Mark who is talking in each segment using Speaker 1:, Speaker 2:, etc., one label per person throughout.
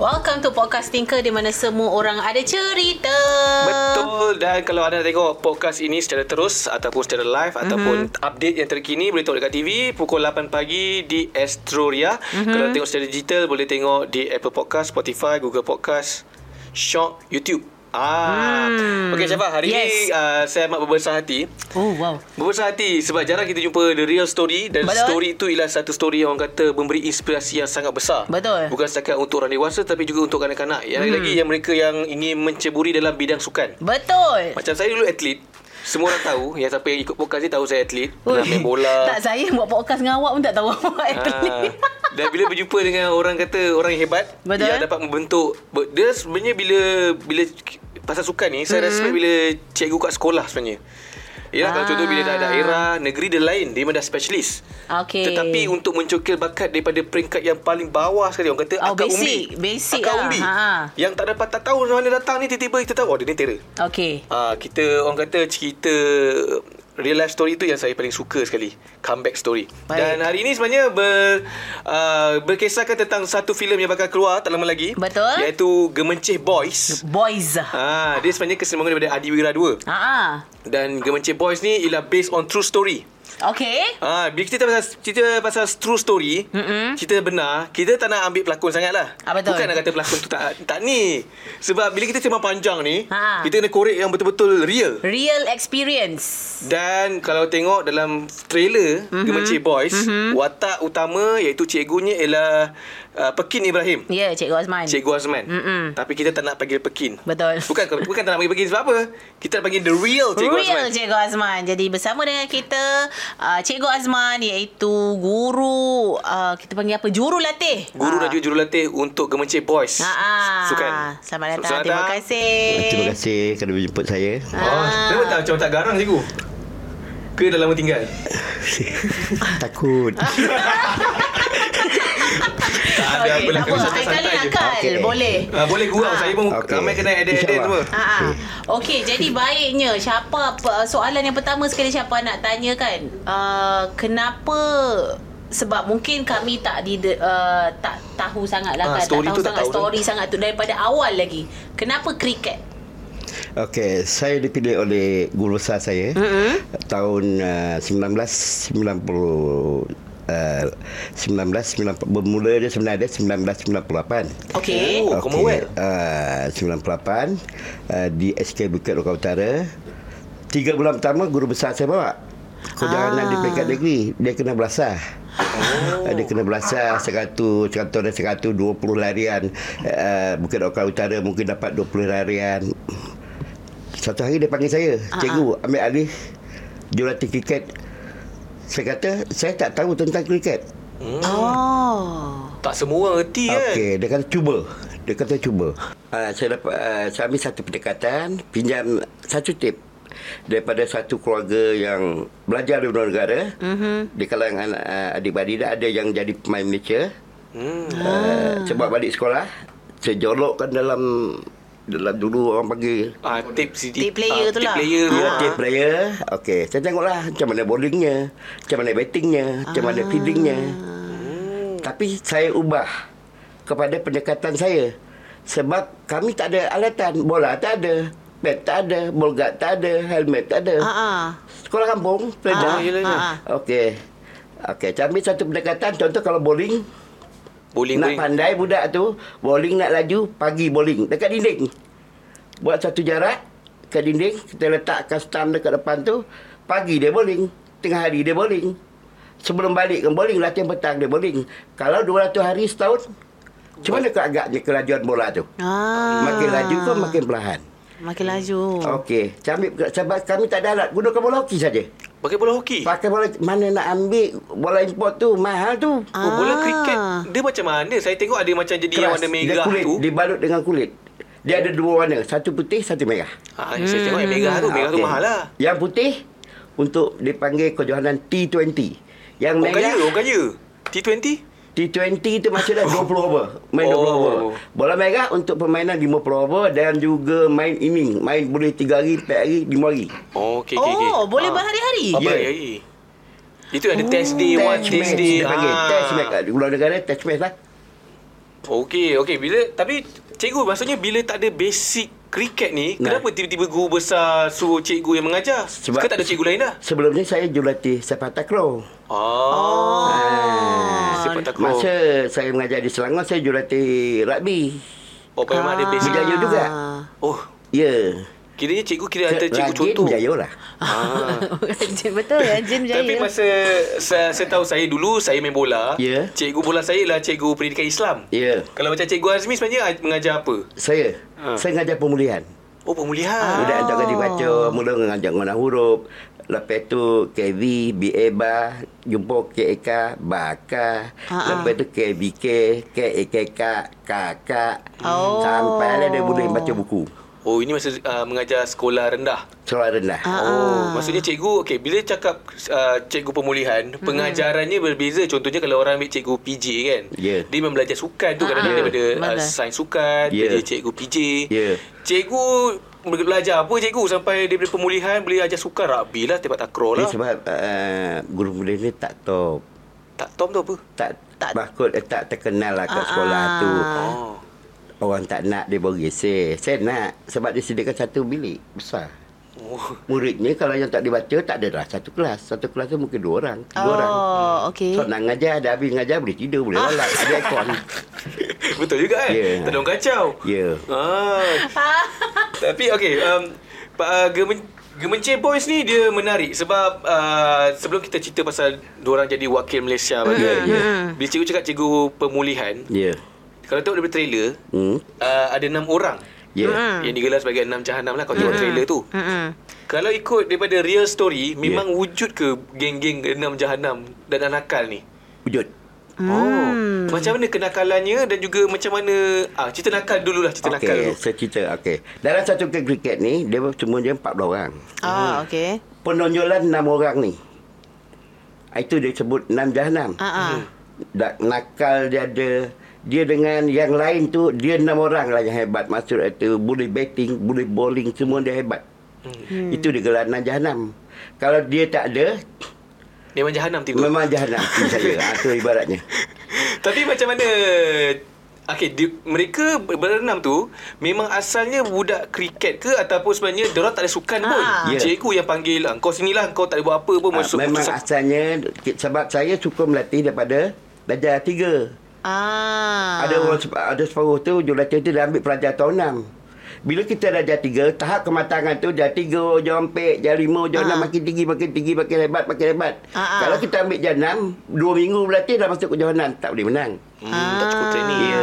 Speaker 1: Welcome to Podcast Thinker di mana semua orang ada cerita.
Speaker 2: Betul dan kalau anda tengok podcast ini secara terus ataupun secara live mm-hmm. ataupun update yang terkini boleh tengok dekat TV pukul 8 pagi di Astroria. Mm-hmm. Kalau tengok secara digital boleh tengok di Apple Podcast, Spotify, Google Podcast, Shock, YouTube. Ah, hmm. okey Syafa, hari yes. ni uh, saya amat berbesar hati.
Speaker 1: Oh wow.
Speaker 2: Berbesar hati sebab jarang kita jumpa the real story dan
Speaker 1: Betul.
Speaker 2: Betul. story itu ialah satu story yang orang kata memberi inspirasi yang sangat besar.
Speaker 1: Betul.
Speaker 2: Bukan setakat untuk orang dewasa tapi juga untuk kanak-kanak. Yang hmm. lagi yang mereka yang ingin menceburi dalam bidang sukan.
Speaker 1: Betul.
Speaker 2: Macam saya dulu atlet Semua orang tahu Yang siapa yang ikut podcast ni Tahu saya atlet Pernah
Speaker 1: Ui.
Speaker 2: main bola
Speaker 1: Tak saya buat podcast dengan awak pun tak tahu awak
Speaker 2: Ah.
Speaker 1: atlet.
Speaker 2: Dan bila berjumpa dengan orang kata Orang yang hebat
Speaker 1: Betul.
Speaker 2: Yang dapat membentuk ber- Dia sebenarnya bila Bila Pasal sukan ni Saya respect
Speaker 1: Hmm.
Speaker 2: bila Cikgu kat sekolah sebenarnya Yelah kalau
Speaker 1: Ah. Eh.
Speaker 2: contoh bila dah daerah Negeri dia lain Dia memang dah specialist
Speaker 1: Okey.
Speaker 2: Tetapi untuk mencokil bakat Daripada peringkat yang paling bawah sekali Orang kata
Speaker 1: Oh,
Speaker 2: akar
Speaker 1: basic.
Speaker 2: umbi
Speaker 1: Basic
Speaker 2: Akar
Speaker 1: lah.
Speaker 2: umbi
Speaker 1: Ha, ha.
Speaker 2: Yang tak dapat tak tahu Mana datang ni Tiba-tiba kita tahu Oh dia ni terror
Speaker 1: Okey.
Speaker 2: Ah, kita orang kata cerita real life story tu yang saya paling suka sekali. Comeback story.
Speaker 1: Baik.
Speaker 2: Baik. Dan hari ini sebenarnya ber uh, berkisahkan tentang satu filem yang bakal keluar tak lama lagi.
Speaker 1: Betul.
Speaker 2: Iaitu Gemencih Boys.
Speaker 1: Boys. Ha
Speaker 2: Ah, dia sebenarnya kesinambungan daripada Adi Wira 2.
Speaker 1: ah.
Speaker 2: Dan Gemencih Boys ni ialah based on true story.
Speaker 1: Okey.
Speaker 2: Ah, bila kita pasal cerita pasal true story, mm cerita benar, kita tak nak ambil pelakon sangat lah.
Speaker 1: Ah, betul.
Speaker 2: Bukan nak kata pelakon tu tak tak ni. Sebab bila kita sembang panjang ni,
Speaker 1: Ha.
Speaker 2: kita kena korek yang betul-betul real.
Speaker 1: Real experience.
Speaker 2: Dan kalau tengok dalam
Speaker 1: Mhm.
Speaker 2: trailer mm-hmm. Gemencik Boys, mm-hmm. watak utama iaitu cikgunya ialah uh, Pekin Ibrahim.
Speaker 1: Ya, yeah, Cikgu Osman.
Speaker 2: Cikgu Azman.
Speaker 1: Mm-mm.
Speaker 2: Tapi kita tak nak panggil Pekin.
Speaker 1: Mhm. Betul.
Speaker 2: Bukan bukan tak nak panggil Pekin sebab apa? Kita nak panggil the real Cikgu
Speaker 1: Real
Speaker 2: Azman.
Speaker 1: Cikgu Azman. Jadi bersama dengan kita uh, Cikgu Azman iaitu guru uh, kita panggil apa? Jurulatih.
Speaker 2: Guru dan
Speaker 1: Ah.
Speaker 2: juga jurulatih untuk Gemencik Boys.
Speaker 1: Ha ah.
Speaker 2: Sukan.
Speaker 1: Selamat datang. Terima kasih. Ah.
Speaker 3: Terima kasih kerana menjemput saya.
Speaker 2: Oh, kenapa tak macam tak garang cikgu? Ke dah lama tinggal?
Speaker 3: Takut.
Speaker 2: Tak
Speaker 1: Okey, tak apa. Lain kali
Speaker 2: santai-santai je.
Speaker 1: akal.
Speaker 3: Okey.
Speaker 1: Boleh.
Speaker 2: Ah, boleh gurau.
Speaker 1: Ah.
Speaker 2: Saya pun
Speaker 3: Okey.
Speaker 2: ramai kena edit-edit
Speaker 3: InsyaAllah.
Speaker 2: semua.
Speaker 1: Ha ah. Okey, jadi baiknya siapa pe- soalan yang pertama sekali siapa nak tanya kan? Uh, kenapa sebab mungkin kami tak di uh, tak tahu sangatlah
Speaker 2: Ah,
Speaker 1: kan. Tak
Speaker 2: story
Speaker 1: tahu
Speaker 2: tu tak
Speaker 1: sangat
Speaker 2: tahu tu.
Speaker 1: story sangat tu daripada awal lagi. Kenapa kriket?
Speaker 3: Okey, saya dipilih oleh guru besar saya mm-hmm. tahun uh, 1990 uh, 1990 bermula dia sebenarnya 1998.
Speaker 1: Okey.
Speaker 2: Oh, Commonwealth.
Speaker 3: Uh, 98 uh, di SK Bukit Lokal Utara. Tiga bulan pertama guru besar saya bawa. Kejanganan
Speaker 1: Ah.
Speaker 3: ah. di peringkat negeri Dia kena belasah oh. Dia kena belasah Sekatu Sekatu dan sekatu Dua puluh larian uh, Bukit Okal Utara Mungkin dapat dua puluh larian Satu hari dia panggil saya Cikgu ambil alih Jurulatih kriket Saya kata Saya tak tahu tentang kriket
Speaker 1: Oh.
Speaker 2: Tak semua orang erti kan?
Speaker 3: Okey, dia kata cuba. Dia kata cuba. Uh, saya dapat uh, saya ambil satu pendekatan, pinjam satu tip daripada satu keluarga yang belajar di luar negara. Mm-hmm. Di kalangan uh, adik-beradik dia ada yang jadi pemain Malaysia.
Speaker 2: Hmm.
Speaker 3: Uh, sebab balik sekolah, saya jolokkan dalam dalam dulu orang panggil
Speaker 2: Ah, tape CD.
Speaker 1: Tape player
Speaker 2: ah,
Speaker 1: tu lah.
Speaker 2: Tape player tu.
Speaker 3: Ya,
Speaker 2: Ah.
Speaker 3: tip player. Okey, saya tengoklah macam mana bowlingnya, macam mana battingnya, macam
Speaker 1: Ah.
Speaker 3: mana fieldingnya.
Speaker 1: Hmm.
Speaker 3: Tapi saya ubah kepada pendekatan saya. Sebab kami tak ada alatan, bola tak ada, bat tak ada, bolgat tak ada, helmet tak ada.
Speaker 1: Ha ah.
Speaker 3: Sekolah kampung,
Speaker 2: Ah,
Speaker 3: pelajar.
Speaker 2: yelah, yelah.
Speaker 1: Ah.
Speaker 3: Okey. Okey, saya ambil satu pendekatan contoh kalau bowling
Speaker 2: Bowling
Speaker 3: nak
Speaker 2: bowling.
Speaker 3: pandai budak tu Bowling nak laju Pagi bowling Dekat dinding Buat satu jarak Dekat dinding Kita letakkan stand dekat depan tu Pagi dia bowling Tengah hari dia bowling Sebelum balik ke bowling Latihan petang dia bowling Kalau 200 hari setahun Macam mana kau agaknya kelajuan bola tu
Speaker 1: Ah.
Speaker 3: Makin laju ke makin perlahan
Speaker 1: makin laju.
Speaker 3: Okey Saya ambil- Sebab kami tak ada alat Gunakan bola hoki saja
Speaker 2: Pakai bola hoki.
Speaker 3: Pakai bola Mana nak ambil Bola import tu Mahal
Speaker 2: Oh,
Speaker 3: tu
Speaker 1: Ah.
Speaker 2: bola kriket dia macam mana? Saya tengok ada macam jadi yang
Speaker 3: keras.
Speaker 2: warna
Speaker 3: dia
Speaker 2: merah
Speaker 3: kulit,
Speaker 2: tu.
Speaker 3: Dibalut dengan kulit. Dia ada dua warna. Satu putih, satu merah. Ah,
Speaker 2: Ah, saya tengok yang merah tu, merah tu
Speaker 3: Okey.
Speaker 2: mahal lah.
Speaker 3: Yang putih untuk dipanggil kejohanan T20. Yang
Speaker 2: Orang
Speaker 3: merah
Speaker 2: kaya, orang kaya. T20?
Speaker 3: T20 itu maksudnya 20 over. Main
Speaker 2: Oh.
Speaker 3: 20 over. Bola merah untuk permainan 50 over dan juga main inning. Main boleh 3 hari, 4 hari, 5 hari.
Speaker 2: Oh, okey,
Speaker 1: Oh,
Speaker 2: okey. okey.
Speaker 1: boleh Oh.
Speaker 2: Ah.
Speaker 1: berhari-hari.
Speaker 2: Ah,
Speaker 3: Ya.
Speaker 2: berhari-hari. Itu ada test day, one
Speaker 3: Test
Speaker 2: test
Speaker 3: match
Speaker 2: day.
Speaker 3: dia panggil.
Speaker 2: Ah.
Speaker 3: Test match. Luar negara test match lah.
Speaker 2: Okey, okey. Bila tapi cikgu maksudnya bila tak ada basic kriket ni, nah.
Speaker 3: Nah.
Speaker 2: kenapa tiba-tiba guru besar suruh cikgu yang mengajar? Sebab ke
Speaker 3: Sebab-
Speaker 2: tak ada cikgu lain lah? dah?
Speaker 3: Sebelumnya saya jurulatih sepak takraw.
Speaker 2: Oh.
Speaker 1: Oh.
Speaker 2: Sepak takraw. Masa
Speaker 3: Masa saya mengajar di Selangor saya jurulatih rugby.
Speaker 2: oh, memang ada basic.
Speaker 3: Berjaya juga.
Speaker 1: Ah.
Speaker 2: Oh,
Speaker 3: Ya.
Speaker 2: kiranya cikgu kira antara
Speaker 3: Yeah.
Speaker 2: cikgu contoh.
Speaker 3: berjaya lah.
Speaker 2: Ah.
Speaker 1: Betul ya, Rajin berjaya
Speaker 2: Tapi masa saya, saya tahu saya dulu saya main bola,
Speaker 3: Ya.
Speaker 2: cikgu bola saya ialah cikgu pendidikan Islam.
Speaker 3: Ya.
Speaker 2: Kalau macam cikgu Azmi sebenarnya aj- mengajar apa?
Speaker 3: Saya
Speaker 2: Ha.
Speaker 3: saya mengajar pemulihan.
Speaker 2: Oh, pemulihan.
Speaker 3: Budak hantar kena dibaca,
Speaker 1: Ah.
Speaker 3: mula mengajar mengenal huruf. Lepas tu KV, BA ba, jumpa KEK, baka.
Speaker 1: Ha,
Speaker 3: Lepas tu KVK, KEKK, kakak.
Speaker 1: Oh.
Speaker 3: Sampai lah dia boleh baca buku.
Speaker 2: Oh, ini masa uh, mengajar sekolah rendah.
Speaker 3: Sekolah rendah.
Speaker 1: Ah.
Speaker 2: Oh, maksudnya cikgu okey bila cakap uh, cikgu pemulihan, hmm. pengajarannya berbeza. Contohnya kalau orang ambil cikgu PJ kan.
Speaker 3: Ya.
Speaker 2: Dia memang belajar sukan tu kadang-kadang
Speaker 1: Ah, ah.
Speaker 2: daripada uh,
Speaker 1: Betul.
Speaker 2: sains sukan,
Speaker 3: Ya.
Speaker 2: yeah. jadi cikgu PJ.
Speaker 3: Ya.
Speaker 2: Cikgu ber- belajar apa cikgu sampai daripada pemulihan boleh ajar sukan rugby lah, sepak takraw lah.
Speaker 3: Ni Eh, sebab uh, guru pemulihan ni tak top.
Speaker 2: Tak tom tu apa?
Speaker 3: Tak,
Speaker 1: Tak-
Speaker 3: tak bakut eh, tak terkenal lah kat
Speaker 1: Ah,
Speaker 3: sekolah tu.
Speaker 1: ah.
Speaker 2: Oh.
Speaker 3: Orang tak nak dia bagi saya. Saya nak sebab dia sediakan satu bilik besar.
Speaker 2: oh.
Speaker 3: Muridnya kalau yang tak dibaca tak adalah satu kelas. Satu kelas tu mungkin dua orang, tiga
Speaker 1: Oh,
Speaker 3: orang.
Speaker 1: okey.
Speaker 3: So nak ngajar dah habis ngajar boleh tidur boleh lalak ada aircon.
Speaker 2: Betul juga kan?
Speaker 3: Ya.
Speaker 2: Tak ada orang kacau.
Speaker 3: Ya.
Speaker 2: Ah. Tapi okey, um, Pak uh, Gemen Gemencir Boys ni dia menarik sebab uh, sebelum kita cerita pasal diorang jadi wakil Malaysia bagi mm, Bila cikgu cakap cikgu pemulihan,
Speaker 3: Ya.
Speaker 2: kalau tengok daripada trailer,
Speaker 3: Hmm.
Speaker 2: uh, ada enam orang
Speaker 3: Ya.
Speaker 2: yang digelar sebagai enam jahanam lah kalau tengok trailer tu.
Speaker 1: Mm-mm.
Speaker 2: Kalau ikut daripada real story, memang wujud ke geng-geng enam jahanam dan anakal ni?
Speaker 3: Wujud.
Speaker 2: Oh. Macam mana kenakalannya dan juga macam mana ah cerita nakal dululah cerita nakal
Speaker 3: Okey,
Speaker 2: dulu.
Speaker 3: saya cerita. Okey. Dalam satu ke kriket ni dia cuma dia 14 orang.
Speaker 2: Mm-hmm.
Speaker 1: Ah, okey.
Speaker 3: Penonjolan 6 orang ni. Itu dia sebut 6 jahanam.
Speaker 1: Ah,
Speaker 2: Mm-hmm.
Speaker 1: ah.
Speaker 3: Dak nakal dia ada dia dengan yang lain tu dia enam orang lah yang hebat maksud itu boleh batting boleh bowling semua dia hebat hmm. itu dia gelar enam jahanam kalau dia tak ada
Speaker 2: Memang jahanam tidur.
Speaker 3: memang jahanam tu saya Ha, tu ibaratnya
Speaker 2: Tapi macam mana Okay, di, mereka ber- berenam tu memang asalnya budak kriket ke ataupun sebenarnya diorang tak ada sukan pun.
Speaker 1: Ah.
Speaker 3: Ya.
Speaker 2: Cikgu yang panggil, "Ah, kau sinilah, kau tak ada buat apa pun
Speaker 3: ha,
Speaker 2: masuk.
Speaker 3: memang
Speaker 2: masuk-
Speaker 3: asalnya ki- sebab saya suka melatih daripada darjah tiga
Speaker 1: Ah.
Speaker 3: ada orang sepa- ada separuh tu jurulatih tu dah ambil pelajar tahun enam bila kita darjah tiga, tahap kematangan tu dah tiga, jam empat, jam lima, jam enam, makin tinggi, makin tinggi, makin hebat, makin hebat.
Speaker 1: Ah, ah.
Speaker 3: Kalau kita ambil jam enam, dua minggu berlatih dah masuk ke jam enam, tak boleh menang.
Speaker 2: Hmm, tak cukup training.
Speaker 3: Ya,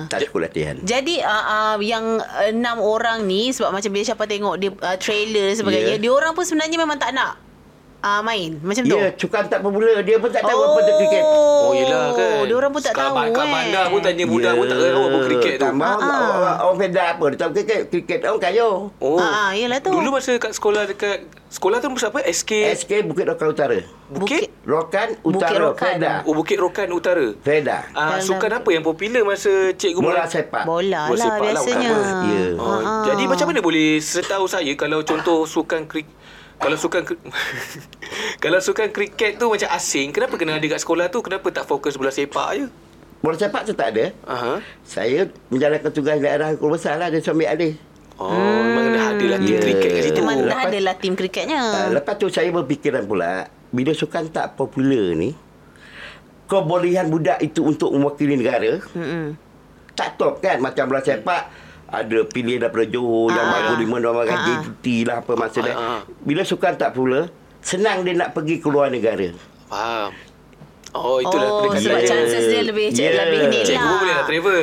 Speaker 1: Ah.
Speaker 3: tak cukup latihan.
Speaker 1: Jadi uh, uh, yang enam orang ni sebab macam bila siapa tengok dia uh, trailer dan sebagainya,
Speaker 3: Ya.
Speaker 1: dia orang pun sebenarnya memang tak nak uh, main macam tu.
Speaker 3: Ya, cukan tak popular. Dia pun tak tahu apa tu kriket.
Speaker 2: Oh, yelah kan.
Speaker 1: Dia orang pun tak
Speaker 2: Kat-
Speaker 1: tahu
Speaker 2: Kat
Speaker 1: eh.
Speaker 2: bandar pun tanya budak pun tak tahu apa kriket tu.
Speaker 3: Ya, Tambah
Speaker 1: Ah, ah.
Speaker 3: orang, orang, orang pedak apa. Dia tahu kriket, kriket orang kaya.
Speaker 2: Oh.
Speaker 1: Ah, ah, yelah tu.
Speaker 2: Dulu masa kat sekolah dekat sekolah tu masa apa? SK
Speaker 3: SK Bukit Rokan Utara.
Speaker 2: Bukit,
Speaker 3: Rokan
Speaker 1: Bukit
Speaker 3: Utara,
Speaker 1: Rokan.
Speaker 3: Fedah.
Speaker 2: Oh, Bukit Rokan Utara.
Speaker 3: Fedah.
Speaker 2: Ah,
Speaker 1: Dalam-
Speaker 2: sukan apa yang popular masa cikgu
Speaker 3: Bola
Speaker 2: Melayu-
Speaker 3: sepak.
Speaker 1: Bola
Speaker 2: Bola
Speaker 1: lah
Speaker 2: sepak lah
Speaker 1: biasanya.
Speaker 2: utama.
Speaker 3: Ya.
Speaker 1: Ha,
Speaker 2: Oh, jadi macam mana boleh setahu saya kalau contoh sukan krik kalau sukan kri- kalau sukan kriket tu macam asing, kenapa kena ada kat sekolah tu? Kenapa tak fokus bola sepak je?
Speaker 3: Bola sepak tu tak ada.
Speaker 2: Aha.
Speaker 3: Saya menjalankan tugas daerah Hukum Besar lah. Dia suami adik.
Speaker 2: Oh, memang kena ada latihan
Speaker 3: Ya.
Speaker 2: kriket kat situ.
Speaker 1: Memang dah
Speaker 3: Lepas-
Speaker 1: adalah tim kriketnya.
Speaker 2: Ah.
Speaker 3: Uh,
Speaker 2: lah.
Speaker 3: lepas tu saya berfikiran pula. Bila sukan tak popular ni. Kebolehan budak itu untuk mewakili negara.
Speaker 1: Mm-mm.
Speaker 3: tak top kan macam bola sepak ada pilihan daripada Johor yang bagus di mana orang
Speaker 1: Ah.
Speaker 3: JT lah apa maksud dia.
Speaker 2: Ah.
Speaker 3: Bila sukan tak pula, senang dia nak pergi ke luar negara.
Speaker 2: Faham. Oh, itulah
Speaker 1: Oh,
Speaker 2: pendekatan
Speaker 1: sebab
Speaker 2: dia.
Speaker 1: chances dia lebih
Speaker 3: Ya.
Speaker 1: lebih ni lah.
Speaker 2: Cikgu pun boleh nak travel.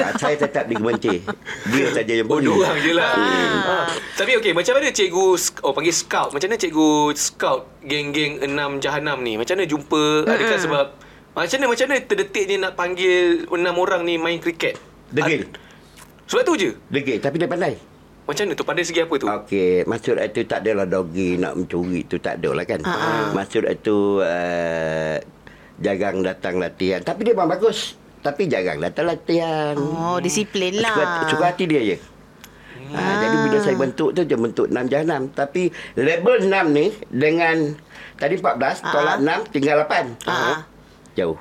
Speaker 3: Ya, saya tetap di Kementerian. Dia saja yang
Speaker 2: Oh,
Speaker 3: pergi.
Speaker 2: dua orang je lah.
Speaker 1: Ah.
Speaker 2: Ha. Tapi okey, macam mana cikgu, sk- oh panggil scout. Macam mana cikgu scout geng-geng enam jahanam ni? Macam mana jumpa?
Speaker 1: Ah.
Speaker 2: Adakah sebab, macam mana, macam mana terdetiknya nak panggil enam orang ni main kriket?
Speaker 3: Degil.
Speaker 2: Ad- Sebab tu je?
Speaker 3: Degil, tapi dia pandai.
Speaker 2: Macam mana tu? Pandai segi apa tu?
Speaker 3: Ah. Okey, maksud itu tak adalah dogi nak mencuri tu tak
Speaker 1: Ah,
Speaker 3: adalah kan. Maksud itu uh, jarang datang latihan. Tapi dia memang bagus. Tapi jarang datang latihan.
Speaker 1: Oh, disiplin lah. Ah.
Speaker 3: Suka, suka hati dia je. Ha, Jadi bila saya bentuk tu Dia bentuk 6 jahanam Tapi level 6 ni Dengan Tadi 14 Tolak 6 Tinggal 8
Speaker 1: Ah.
Speaker 3: Jauh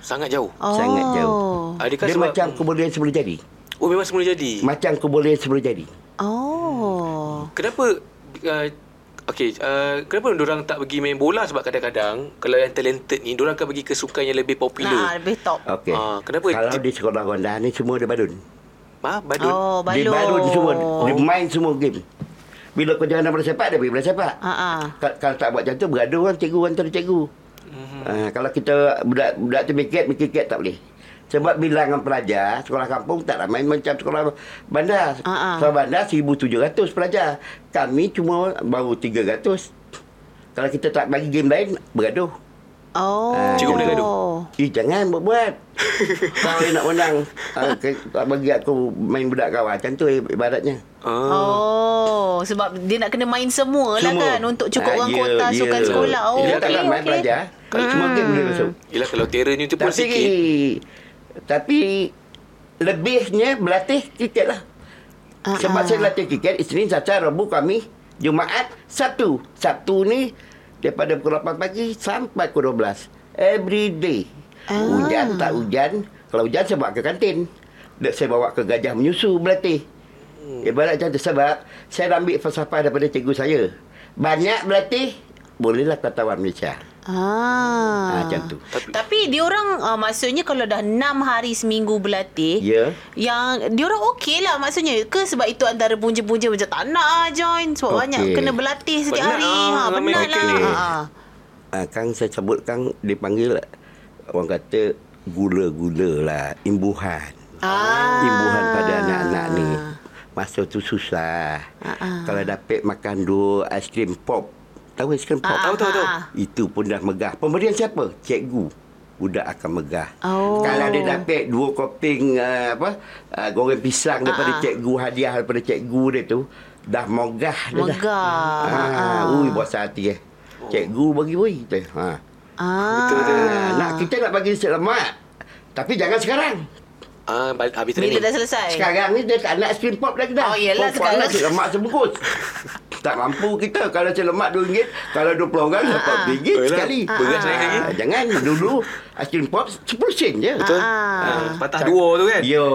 Speaker 2: Sangat jauh.
Speaker 1: Oh.
Speaker 3: Sangat jauh.
Speaker 2: Adakah
Speaker 3: Dia
Speaker 2: sebab
Speaker 3: macam kebolehan semula jadi.
Speaker 2: Oh memang semula jadi.
Speaker 3: Macam kebolehan semula jadi.
Speaker 1: Oh.
Speaker 2: Kenapa uh, Okay, uh, kenapa orang tak pergi main bola sebab kadang-kadang kalau yang talented ni orang akan pergi ke sukan yang lebih
Speaker 1: Nah,
Speaker 2: popular.
Speaker 1: lebih top.
Speaker 3: Okey.
Speaker 2: Ah, kenapa?
Speaker 3: Kalau di sekolah rendah ni semua dia badun.
Speaker 2: Nah. Ha, badun.
Speaker 1: Oh,
Speaker 3: Dia
Speaker 1: balon.
Speaker 3: badun semua. Dia main semua game. Bila kau jangan bola sepak, dia pergi bola sepak.
Speaker 1: Ha ah.
Speaker 3: Ka- Kalau tak buat macam tu, bergaduh orang cikgu antara cikgu.
Speaker 1: Mhm.
Speaker 3: Ah, kalau kita budak budak tu mikir mikir tak boleh. Sebab bilangan pelajar sekolah kampung tak ramai macam sekolah bandar.
Speaker 1: Ah, ah.
Speaker 3: Sekolah bandar 1700 pelajar. Kami cuma baru 300. Kalau kita tak bagi game lain, bergaduh.
Speaker 1: Oh.
Speaker 3: Ah,
Speaker 2: Cikgu boleh gaduh.
Speaker 3: Eh jangan buat buat Kau yang nak menang ah, ke- Tak bagi aku main budak kau Macam tu eh, ibaratnya
Speaker 2: Ah.
Speaker 1: Oh, sebab dia nak kena main semua lah
Speaker 3: Semua.
Speaker 1: kan untuk cukup
Speaker 3: Ah,
Speaker 1: orang
Speaker 3: ya,
Speaker 1: kota
Speaker 3: ya.
Speaker 1: sukan sekolah. Oh,
Speaker 3: Dia
Speaker 1: okey.
Speaker 3: tak nak main
Speaker 1: okey. Hmm.
Speaker 3: pelajar Kalau semua game boleh masuk
Speaker 2: Yelah kalau terror ni tu pun
Speaker 3: Tapi
Speaker 2: sikit.
Speaker 3: Tapi Lebihnya berlatih kriket lah
Speaker 1: Ah, ah.
Speaker 3: Sebab saya latih kriket Isnin, Sasa, Rabu, kami Jumaat, Sabtu Sabtu ni Daripada pukul 8 pagi Sampai pukul 12 Every day
Speaker 1: Ah.
Speaker 3: Hujan tak hujan Kalau hujan saya bawa ke kantin Dan Saya bawa ke gajah menyusu berlatih
Speaker 2: Hmm.
Speaker 3: Ibarat macam tu Sebab Saya dah ambil falsafah daripada cikgu saya Banyak berlatih Bolehlah kau tawan Malaysia
Speaker 1: Ah.
Speaker 3: Ah, macam tu.
Speaker 1: Tapi, Tapi diorang uh, maksudnya kalau dah 6 hari seminggu berlatih,
Speaker 3: Ya.
Speaker 1: yang diorang okey lah maksudnya ke sebab itu antara punca-punca macam tak nak ah join sebab
Speaker 3: Okey.
Speaker 1: banyak kena berlatih setiap
Speaker 2: Penat
Speaker 1: hari.
Speaker 2: ah,
Speaker 1: ha,
Speaker 2: ramai
Speaker 1: penat lah.
Speaker 2: okey.
Speaker 1: Ha, ha.
Speaker 3: Ah, Kang saya sebut Kang dipanggil eh, orang kata gula-gula lah, imbuhan.
Speaker 1: Ah.
Speaker 3: Imbuhan pada anak-anak ni. Masa tu susah.
Speaker 1: Ah, ah.
Speaker 3: Kalau dapat makan dua aiskrim pop. Tahu aiskrim pop?
Speaker 2: Tahu, tahu, tahu.
Speaker 3: Itu pun dah megah. Pemberian siapa? Cikgu. Budak akan megah.
Speaker 1: Oh.
Speaker 3: Kalau dia dapat dua koping uh, apa uh, goreng pisang
Speaker 1: Ah,
Speaker 3: daripada
Speaker 1: ah.
Speaker 3: cikgu, hadiah daripada cikgu dia tu, dah mogah dia dah.
Speaker 1: Megah.
Speaker 3: Ah,
Speaker 1: Ah.
Speaker 3: ui puas hati eh. Cikgu bagi wei kita. Ha.
Speaker 1: Ah.
Speaker 2: Betul, betul.
Speaker 3: Ah, nak kita nak bagi nasi lemak. Tapi jangan sekarang.
Speaker 2: Ah, bal- habis
Speaker 1: Bila
Speaker 2: training.
Speaker 1: dah selesai.
Speaker 3: Sekarang ni dia tak nak spin pop dah kita.
Speaker 1: Eh. Oh, yelah, sekarang.
Speaker 3: nak nasi lemak sebungkus. tak mampu kita kalau nasi lemak RM2, kalau 20 orang RM1
Speaker 2: Yelah,
Speaker 3: sekali.
Speaker 2: beras naik lagi.
Speaker 3: Ah, Jangan dulu aiskrim pop 10 sen je.
Speaker 2: Betul?
Speaker 1: Ah.
Speaker 2: Ah, patah dua tu kan?
Speaker 3: Yo.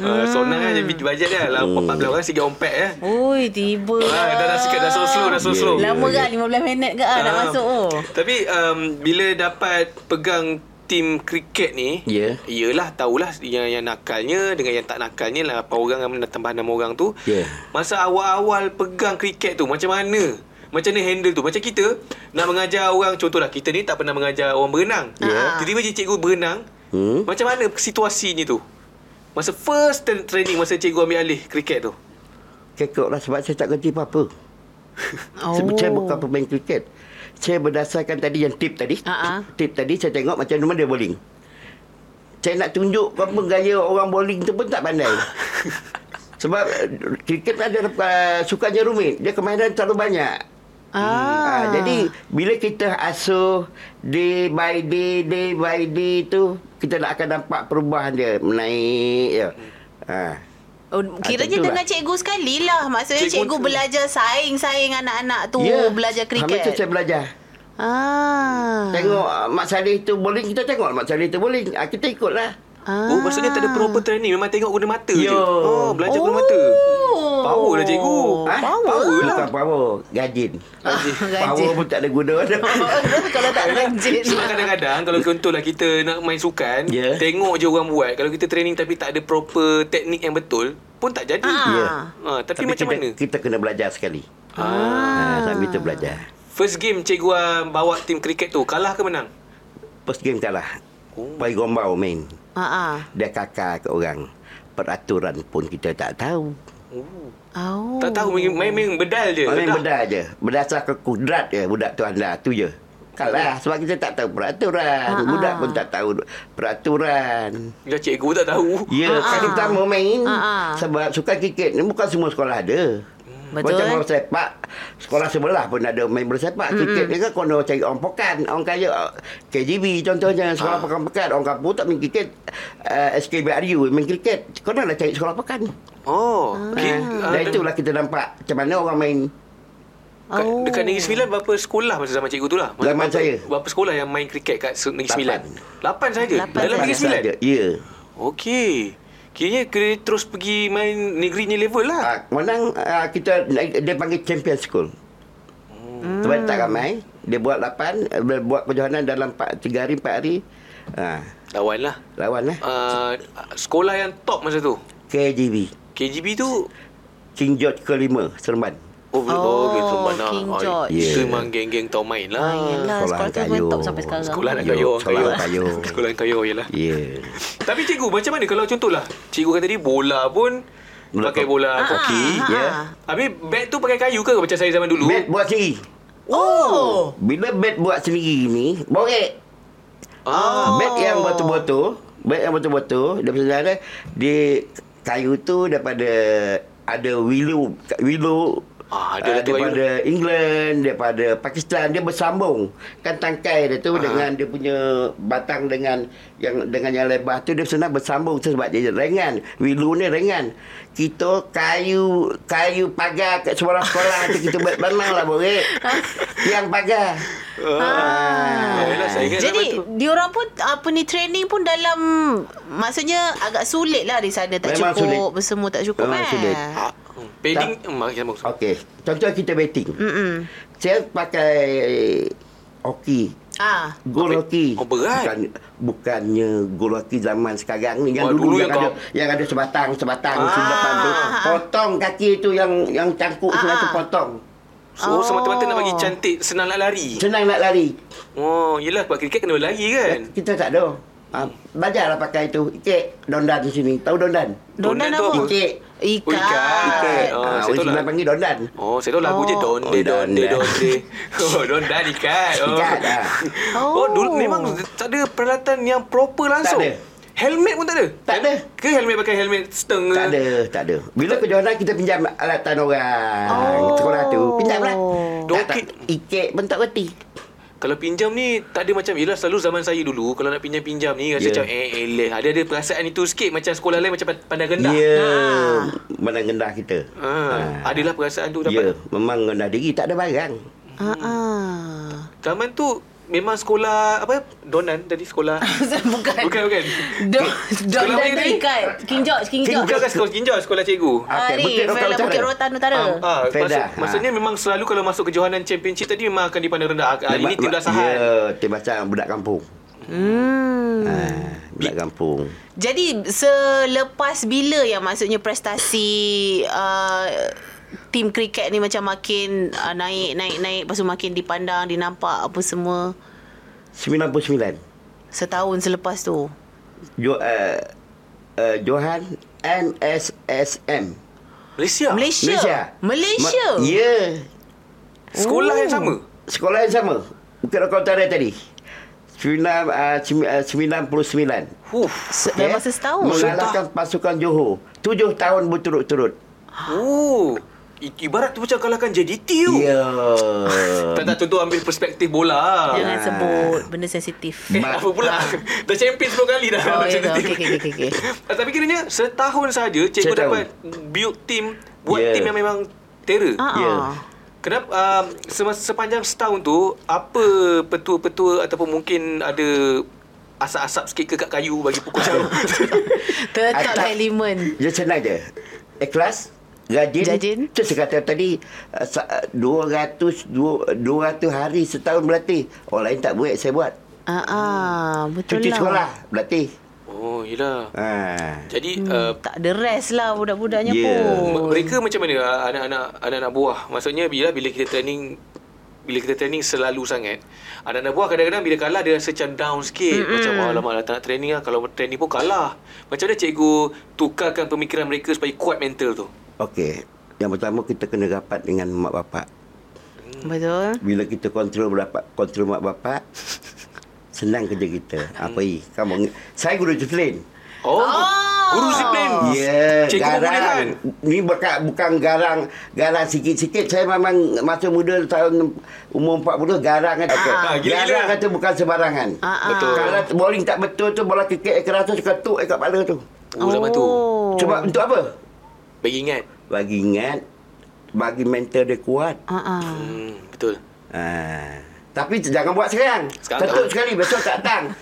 Speaker 2: Uh, Sonang kan jadi bajet dia lah.
Speaker 3: Hmm.
Speaker 2: 14 orang sikit ompek eh.
Speaker 1: Ui, tiba.
Speaker 2: Ah, dah dah sikit dah so slow dah so
Speaker 3: Yeah.
Speaker 2: slow.
Speaker 1: Lama
Speaker 3: Ya,
Speaker 1: kan 15 minit ke ah, nak
Speaker 2: Ah.
Speaker 1: masuk oh.
Speaker 3: Hmm.
Speaker 2: Tapi um, bila dapat pegang tim kriket ni
Speaker 3: Ya.
Speaker 2: Yelah tahulah yang, yang nakalnya dengan yang tak nakalnya lah Apa orang yang tambah enam orang tu
Speaker 3: Ya.
Speaker 2: Masa awal-awal pegang kriket tu macam mana? Macam mana handle tu? Macam kita nak mengajar orang Contohlah kita ni tak pernah mengajar orang berenang
Speaker 1: Ya.
Speaker 2: Tiba-tiba je cikgu berenang
Speaker 3: Hmm.
Speaker 2: Macam mana situasinya tu? Masa first tra- training masa cikgu ambil alih kriket tu
Speaker 3: Kekok lah sebab saya tak kerti apa-apa. Oh. Sebab saya bukan pemain kriket. Saya berdasarkan tadi yang tip tadi.
Speaker 1: Ah, ah.
Speaker 3: Tip tadi saya tengok macam mana dia bowling. Saya nak tunjuk apa gaya orang bowling tu pun tak pandai. Sebab eh, kriket ada uh, sukanya rumit. Dia kemahiran terlalu banyak. Ah. jadi bila kita asuh day by day, day by day tu kita nak akan nampak perubahan dia menaik ya. Ah.
Speaker 1: Oh, kiranya
Speaker 2: Ah,
Speaker 3: macam tu
Speaker 1: dengan
Speaker 3: lah.
Speaker 1: cikgu sekali lah. Maksudnya cikgu,
Speaker 2: Cikgu
Speaker 1: cikgu
Speaker 2: tu.
Speaker 1: belajar saing-saing anak-anak tu yeah.
Speaker 3: Ya,
Speaker 1: belajar
Speaker 3: Sambil tu saya
Speaker 1: kriket.
Speaker 3: belajar.
Speaker 1: Ah.
Speaker 3: Tengok ah, Mak Saleh tu bowling Kita tengok Mak Saleh tu bowling ah, Kita ikutlah
Speaker 1: Ah.
Speaker 2: Oh maksudnya tak ada proper training Memang tengok guna mata
Speaker 3: Ya.
Speaker 2: je Oh belajar
Speaker 1: Oh.
Speaker 2: guna mata Power lah cikgu
Speaker 3: Oh.
Speaker 1: Ah, power.
Speaker 2: lah
Speaker 3: Bukan power Gajin
Speaker 1: Ah,
Speaker 3: Power
Speaker 1: rajin.
Speaker 3: pun tak ada guna dah.
Speaker 1: Kalau tak rajin.
Speaker 2: Sebab kadang-kadang Kalau contohlah kita nak main sukan
Speaker 3: Ya.
Speaker 2: Tengok je orang buat Kalau kita training tapi tak ada proper teknik yang betul Pun tak jadi
Speaker 1: Ah.
Speaker 3: Ya.
Speaker 2: Ah, tapi, macam
Speaker 3: kita,
Speaker 2: mana?
Speaker 3: Kita kena belajar sekali
Speaker 1: Ah.
Speaker 3: ah. Sambil tu belajar
Speaker 2: First game cikgu ah, bawa tim kriket tu Kalah ke menang?
Speaker 3: First game kalah
Speaker 2: Oh.
Speaker 3: oh. Pai Gombau main
Speaker 1: Ah, ah.
Speaker 3: Dia kakak ke orang Peraturan pun kita tak tahu
Speaker 2: Oh.
Speaker 1: Oh.
Speaker 2: Tak tahu main, main, main bedal je
Speaker 3: Main beda je Berdasar ke kudrat je Budak tu anda Tu je Kalah Sebab kita tak tahu peraturan Budak pun tak tahu Peraturan
Speaker 2: Bila cikgu pun tak tahu
Speaker 3: Ya, yeah, kali pertama main
Speaker 1: Ah, ah.
Speaker 3: sebab suka kriket ni bukan semua sekolah ada.
Speaker 1: Betul.
Speaker 3: Macam orang sepak, sekolah sebelah pun ada main bola sepak. Kriket ni kan kena cari orang pekan, orang kaya. ah,
Speaker 1: Ah.
Speaker 3: KGB contohnya, sekolah pekan-pekan. Orang kampung tak main kriket. Uh, SKBRU main kriket. Kau nak lah cari sekolah pekan.
Speaker 2: Oh
Speaker 3: Okay.
Speaker 2: Ki-
Speaker 1: Ah,
Speaker 3: Dan itulah kita nampak macam mana orang main.
Speaker 2: Kat,
Speaker 1: Oh.
Speaker 2: oh. Dekat Negeri Sembilan Berapa sekolah Masa zaman cikgu tu lah Masa-
Speaker 3: Zaman
Speaker 2: berapa-
Speaker 3: saya.
Speaker 2: Berapa sekolah yang main kriket Kat se- Negeri
Speaker 3: Lapan.
Speaker 2: Sembilan Lapan saja
Speaker 1: Lapan
Speaker 2: Dalam
Speaker 1: saja.
Speaker 2: Negeri Sembilan
Speaker 3: Saja. Ya.
Speaker 2: Okey Kiranya kena terus pergi Main negerinya level lah
Speaker 3: Ah, menang ah, kita dia panggil champion school. Hmm. Sebab tak ramai, dia buat 8, dia buat perjohanan dalam 4, 3 hari 4 hari. Ah,
Speaker 2: Lawan lah
Speaker 3: lawan lah
Speaker 2: uh, Sekolah yang top masa tu
Speaker 3: KGB.
Speaker 2: KGB tu
Speaker 3: King George kelima Seremban.
Speaker 2: Oh,
Speaker 1: Oh,
Speaker 2: oh geng Seremban lah.
Speaker 1: King
Speaker 2: Ah,
Speaker 1: George.
Speaker 2: Itu
Speaker 3: Yeah.
Speaker 2: memang geng-geng tau main lah
Speaker 1: Yelah, sekolah tu pun top sampai sekarang.
Speaker 2: Sekolah nak kayu
Speaker 3: Sekolah nak kayu.
Speaker 2: Sekolah nak kayu yelah
Speaker 3: Ya.
Speaker 2: Tapi cikgu macam mana Kalau contohlah Cikgu kata tadi bola pun
Speaker 3: Bola
Speaker 2: Pakai
Speaker 3: kok-
Speaker 2: bola
Speaker 1: Ah,
Speaker 2: lah, koki
Speaker 1: ah,
Speaker 3: ya.
Speaker 1: ah.
Speaker 2: Habis bat tu pakai kayu ke Macam saya zaman dulu
Speaker 3: Bet buat sendiri.
Speaker 1: Oh.
Speaker 3: Bila bet buat sendiri ni, borek.
Speaker 2: ah.
Speaker 3: Beg yang botol-botol Beg yang botol-botol Daripada sana Di kayu tu daripada Ada willow Willow
Speaker 2: Ah,
Speaker 3: ah,
Speaker 2: ada tu
Speaker 3: daripada England daripada Pakistan dia bersambung kan tangkai dia tu
Speaker 2: Ah.
Speaker 3: dengan dia punya batang dengan yang dengan yang lebar tu dia senang bersambung tu sebab dia ringan willow ni ringan kita kayu kayu pagar kat sekolah-sekolah tu kita buat benang lah boleh yang pagar
Speaker 2: Ah, yelah, Ah. saya ingat zaman
Speaker 1: Jadi
Speaker 2: tu
Speaker 1: diorang pun apa ni training pun dalam maksudnya agak sulit lah di sana tak
Speaker 3: Memang
Speaker 1: cukup semua tak cukup
Speaker 3: Memang
Speaker 1: eh.
Speaker 3: sulit.
Speaker 2: ah, hmm. Padding hmm, macam mana?
Speaker 3: Okey, contoh kita betting.
Speaker 1: Mm-mm.
Speaker 3: Saya pakai hoki.
Speaker 1: Ah.
Speaker 3: Gol
Speaker 2: Apa-
Speaker 3: hoki.
Speaker 2: Oh, berat.
Speaker 3: Bukan, bukannya gol hoki zaman sekarang ni. Yang
Speaker 2: Wah,
Speaker 3: dulu,
Speaker 2: dulu
Speaker 3: yang,
Speaker 2: yang
Speaker 3: ada,
Speaker 2: kau-
Speaker 3: yang ada sebatang, sebatang.
Speaker 2: Ah.
Speaker 3: Sebatang tu. Potong kaki tu yang yang cangkuk
Speaker 1: Ah,
Speaker 3: ah. tu
Speaker 1: ah.
Speaker 3: potong.
Speaker 2: So
Speaker 1: Oh.
Speaker 2: semata-mata nak bagi cantik Senang nak lari
Speaker 3: Senang nak lari.
Speaker 2: Oh yelah Sebab kriket kena lari kan
Speaker 3: Kita tak ada. Ha, belajarlah pakai tu. Ikik dondan di sini. Tahu dondan?
Speaker 1: Dondan
Speaker 2: Dondan tu
Speaker 1: apa?
Speaker 2: apa?
Speaker 3: Ikik.
Speaker 1: Ikat.
Speaker 2: Oh, ikat.
Speaker 1: Ikat.
Speaker 2: Ikat. Oh, saya
Speaker 3: Oh, ha, orang
Speaker 2: tahu
Speaker 3: Sembilan
Speaker 2: lah.
Speaker 3: panggil dondan.
Speaker 2: Oh, saya tahu lagu
Speaker 1: Oh.
Speaker 2: je Donde,
Speaker 3: Oh,
Speaker 2: donde,
Speaker 3: Donde.
Speaker 2: donde Oh, donda dikat Oh,
Speaker 3: Ikat, ah.
Speaker 1: Oh.
Speaker 2: oh. dulu memang tak ada peralatan yang proper langsung
Speaker 3: Tak ada.
Speaker 2: Helmet pun tak ada
Speaker 3: Tak ada.
Speaker 2: Ke helmet pakai helmet steng
Speaker 3: Tak ada, tak ada. Bila kejohanan kita pinjam alatan orang.
Speaker 1: Oh.
Speaker 3: Sekolah tu. Pinjam lah. Tak, tak,
Speaker 2: Dokit.
Speaker 3: ikik pun tak reti.
Speaker 2: Kalau pinjam ni tak ada macam Yelah selalu zaman saya dulu Kalau nak pinjam-pinjam ni Rasa yeah.
Speaker 3: Ya.
Speaker 2: macam eh eleh Ada-ada perasaan itu sikit Macam sekolah lain macam pandang
Speaker 3: Ya,
Speaker 2: rendah
Speaker 3: yeah. menang rendah kita.
Speaker 2: ha. Adalah perasaan tu
Speaker 3: Ya, yeah.
Speaker 2: dapat yeah.
Speaker 3: memang rendah diri. Tak ada barang.
Speaker 1: Ah, ah.
Speaker 2: Zaman tu Memang sekolah Apa Donan tadi sekolah
Speaker 1: bukan.
Speaker 2: Bukan bukan
Speaker 1: Don- Dondan
Speaker 2: Sekolah
Speaker 1: tu
Speaker 2: apa tadi?
Speaker 1: ikat. King George, King
Speaker 3: King
Speaker 1: George.
Speaker 2: Bukan kan sekolah Kinjal sekolah cikgu
Speaker 1: Ah,
Speaker 3: Okey,
Speaker 1: ni,
Speaker 3: Bukit Rotan
Speaker 1: Vela
Speaker 3: Utara.
Speaker 1: Bukit Rotan Utara.
Speaker 2: Ah,
Speaker 3: Fedah.
Speaker 2: maksud,
Speaker 3: Ha.
Speaker 2: Maksudnya memang selalu kalau masuk kejohanan championship tadi memang akan dipandang rendah. Ah, ini tim
Speaker 3: Ya,
Speaker 2: dasahan.
Speaker 3: tim dasahan budak kampung.
Speaker 1: Hmm.
Speaker 3: Ha, budak kampung.
Speaker 1: Jadi selepas bila yang maksudnya prestasi uh, tim kriket ni macam makin uh, naik naik naik lepas tu makin dipandang dinampak apa semua
Speaker 3: 99.
Speaker 1: setahun selepas tu.
Speaker 3: Jo, uh, uh, Johan MSSM.
Speaker 2: Malaysia. Malaysia.
Speaker 1: Malaysia. Malaysia.
Speaker 3: Ma- ya.
Speaker 2: Sekolah
Speaker 1: Oh.
Speaker 2: yang sama.
Speaker 3: Sekolah yang sama. Bukit Rokan Utara tadi. 9, uh, 99.
Speaker 2: Huh.
Speaker 1: Se- dalam masa setahun.
Speaker 3: Eh, Mengalahkan pasukan Johor. Tujuh tahun berturut-turut.
Speaker 2: Oh. I- Ibarat tu macam kalahkan JDT tu.
Speaker 3: Ya.
Speaker 2: Tak tak tentu ambil perspektif bola. lah.
Speaker 1: Jangan sebut benda sensitif.
Speaker 2: Eh,
Speaker 3: Ma-
Speaker 2: apa pula? dah champion 10 kali dah.
Speaker 1: Oh, ya,
Speaker 2: Macam
Speaker 1: dah.
Speaker 2: tu.
Speaker 1: Okey, okey, okey, okey.
Speaker 2: Ah, Tapi kiranya setahun saja cikgu
Speaker 3: Setahun.
Speaker 2: dapat build team, buat
Speaker 3: Ya.
Speaker 2: team yang memang terror.
Speaker 1: Ah,
Speaker 3: Ya.
Speaker 1: ah.
Speaker 2: Kenapa um, semasa sepanjang setahun tu apa petua-petua ataupun mungkin ada asap-asap sikit ke kat kayu bagi pukul jauh.
Speaker 1: Tetap
Speaker 3: Atap.
Speaker 1: elemen.
Speaker 3: Dia senang je. Ikhlas. Rajin.
Speaker 1: Rajin.
Speaker 3: Tu saya kata tadi. uh, sa- uh, 200, dua- 200 hari setahun berlatih. Orang lain tak buat. Saya buat.
Speaker 1: Ah, ah, betul
Speaker 3: Cuti
Speaker 1: lah.
Speaker 3: sekolah. Berlatih.
Speaker 2: oh, yelah.
Speaker 3: Ha.
Speaker 2: Jadi uh,
Speaker 1: Hmm, Tak ada rest lah budak-budaknya
Speaker 3: Ya.
Speaker 1: pun.
Speaker 2: mereka macam mana ah, anak-anak anak-anak buah? Maksudnya bila bila kita training bila kita training selalu sangat anak-anak buah kadang-kadang bila kalah dia rasa macam down sikit mm macam alamak lah, tak nak training lah kalau training pun kalah macam mana cikgu tukarkan pemikiran mereka supaya kuat mental tu
Speaker 3: Okey. Yang pertama kita kena rapat dengan mak bapak.
Speaker 1: Betul.
Speaker 3: Bila kita kontrol berapa kontrol mak bapak senang kerja kita. Apa
Speaker 1: Hmm.
Speaker 3: i? Kamu saya guru disiplin.
Speaker 2: oh, guru disiplin
Speaker 3: Ya,
Speaker 2: cikgu pun boleh kan
Speaker 3: garang. Ni bukan bukan garang, garang sikit-sikit. Saya memang masa muda tahun umur 40 garang kata.
Speaker 2: Ah, gila-gila.
Speaker 3: garang kata bukan sembarangan.
Speaker 1: Ah, ah.
Speaker 2: Betul.
Speaker 3: Kalau bowling tak betul tu bola kikik keras tu ketuk kat kepala tu.
Speaker 2: Oh, zaman tu.
Speaker 1: Oh.
Speaker 3: Sebab untuk apa?
Speaker 2: Bagi ingat.
Speaker 3: Bagi ingat bagi mental dia kuat.
Speaker 1: Ah ah.
Speaker 2: Hmm, betul.
Speaker 3: Ah. Tapi jangan buat sekarang.
Speaker 2: Sekarang
Speaker 3: Ketuk
Speaker 2: tak.
Speaker 3: sekali besok tak datang.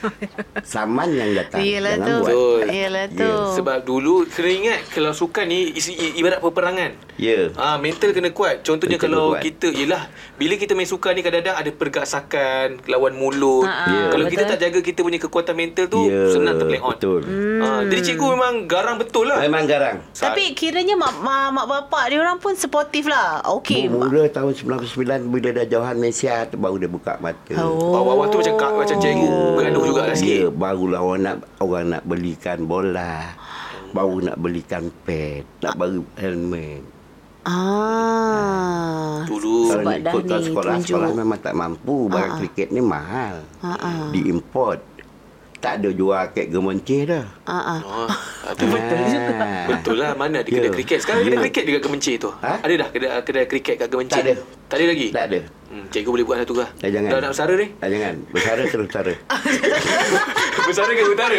Speaker 3: Saman yang datang.
Speaker 1: Yelah
Speaker 3: jangan
Speaker 1: tu.
Speaker 3: buat.
Speaker 2: Betul.
Speaker 1: Yelah tu.
Speaker 2: Ya, Sebab dulu kena ingat kalau sukan ni isi, i- ibarat peperangan.
Speaker 3: Ya.
Speaker 2: Ah mental kena kuat. Contohnya
Speaker 3: Mental
Speaker 2: kalau
Speaker 3: kena kuat.
Speaker 2: kita ialah bila kita main sukan ni kadang-kadang ada pergasakan, lawan mulut.
Speaker 1: Ha, ha,
Speaker 2: Kalau
Speaker 1: betul.
Speaker 2: kita tak jaga kita punya kekuatan mental tu
Speaker 3: Ya,
Speaker 2: senang terplay on.
Speaker 3: betul.
Speaker 2: Ah jadi cikgu memang garang betul lah.
Speaker 3: Memang garang.
Speaker 1: Hmm.
Speaker 2: Sa-
Speaker 1: Tapi kiranya mak, mak, mak bapak dia orang pun sportif lah. Okey. mak-
Speaker 3: Mula tahun 99 bila dah jauhan Malaysia tu baru dia buka mata.
Speaker 1: Oh.
Speaker 2: Awal-awal tu macam kak- macam cikgu bergaduh juga lah
Speaker 3: Ya,
Speaker 2: sikit.
Speaker 3: barulah orang nak orang nak belikan bola. Baru nak belikan pad, nak bagi helmet.
Speaker 1: Ah.
Speaker 2: Dulu
Speaker 1: Sebab dah
Speaker 3: ikut
Speaker 1: ni
Speaker 3: sekolah-sekolah
Speaker 1: tunjuk. Ah,
Speaker 3: memang tak mampu. Barang kriket ni mahal.
Speaker 1: Ha-ha.
Speaker 3: Diimport. Tak ada jual kat gemencih dah.
Speaker 1: Ah ah.
Speaker 2: Oh, betul juga. Betul lah mana ada kedai
Speaker 3: Ah. Ya.
Speaker 2: kriket. Sekarang kedai
Speaker 3: Ya.
Speaker 2: kriket dekat Kemencir tu.
Speaker 3: Ha?
Speaker 2: Ada dah kedai kedai kriket kat Kemencir.
Speaker 3: Tak ada.
Speaker 2: Tak ada lagi.
Speaker 3: Tak ada.
Speaker 2: Hmm, cikgu boleh buat satu kah?
Speaker 3: Dah jangan.
Speaker 2: Dah nak bersara ni.
Speaker 3: Dah jangan. Bersara terus bersara.
Speaker 2: bersara ke utara?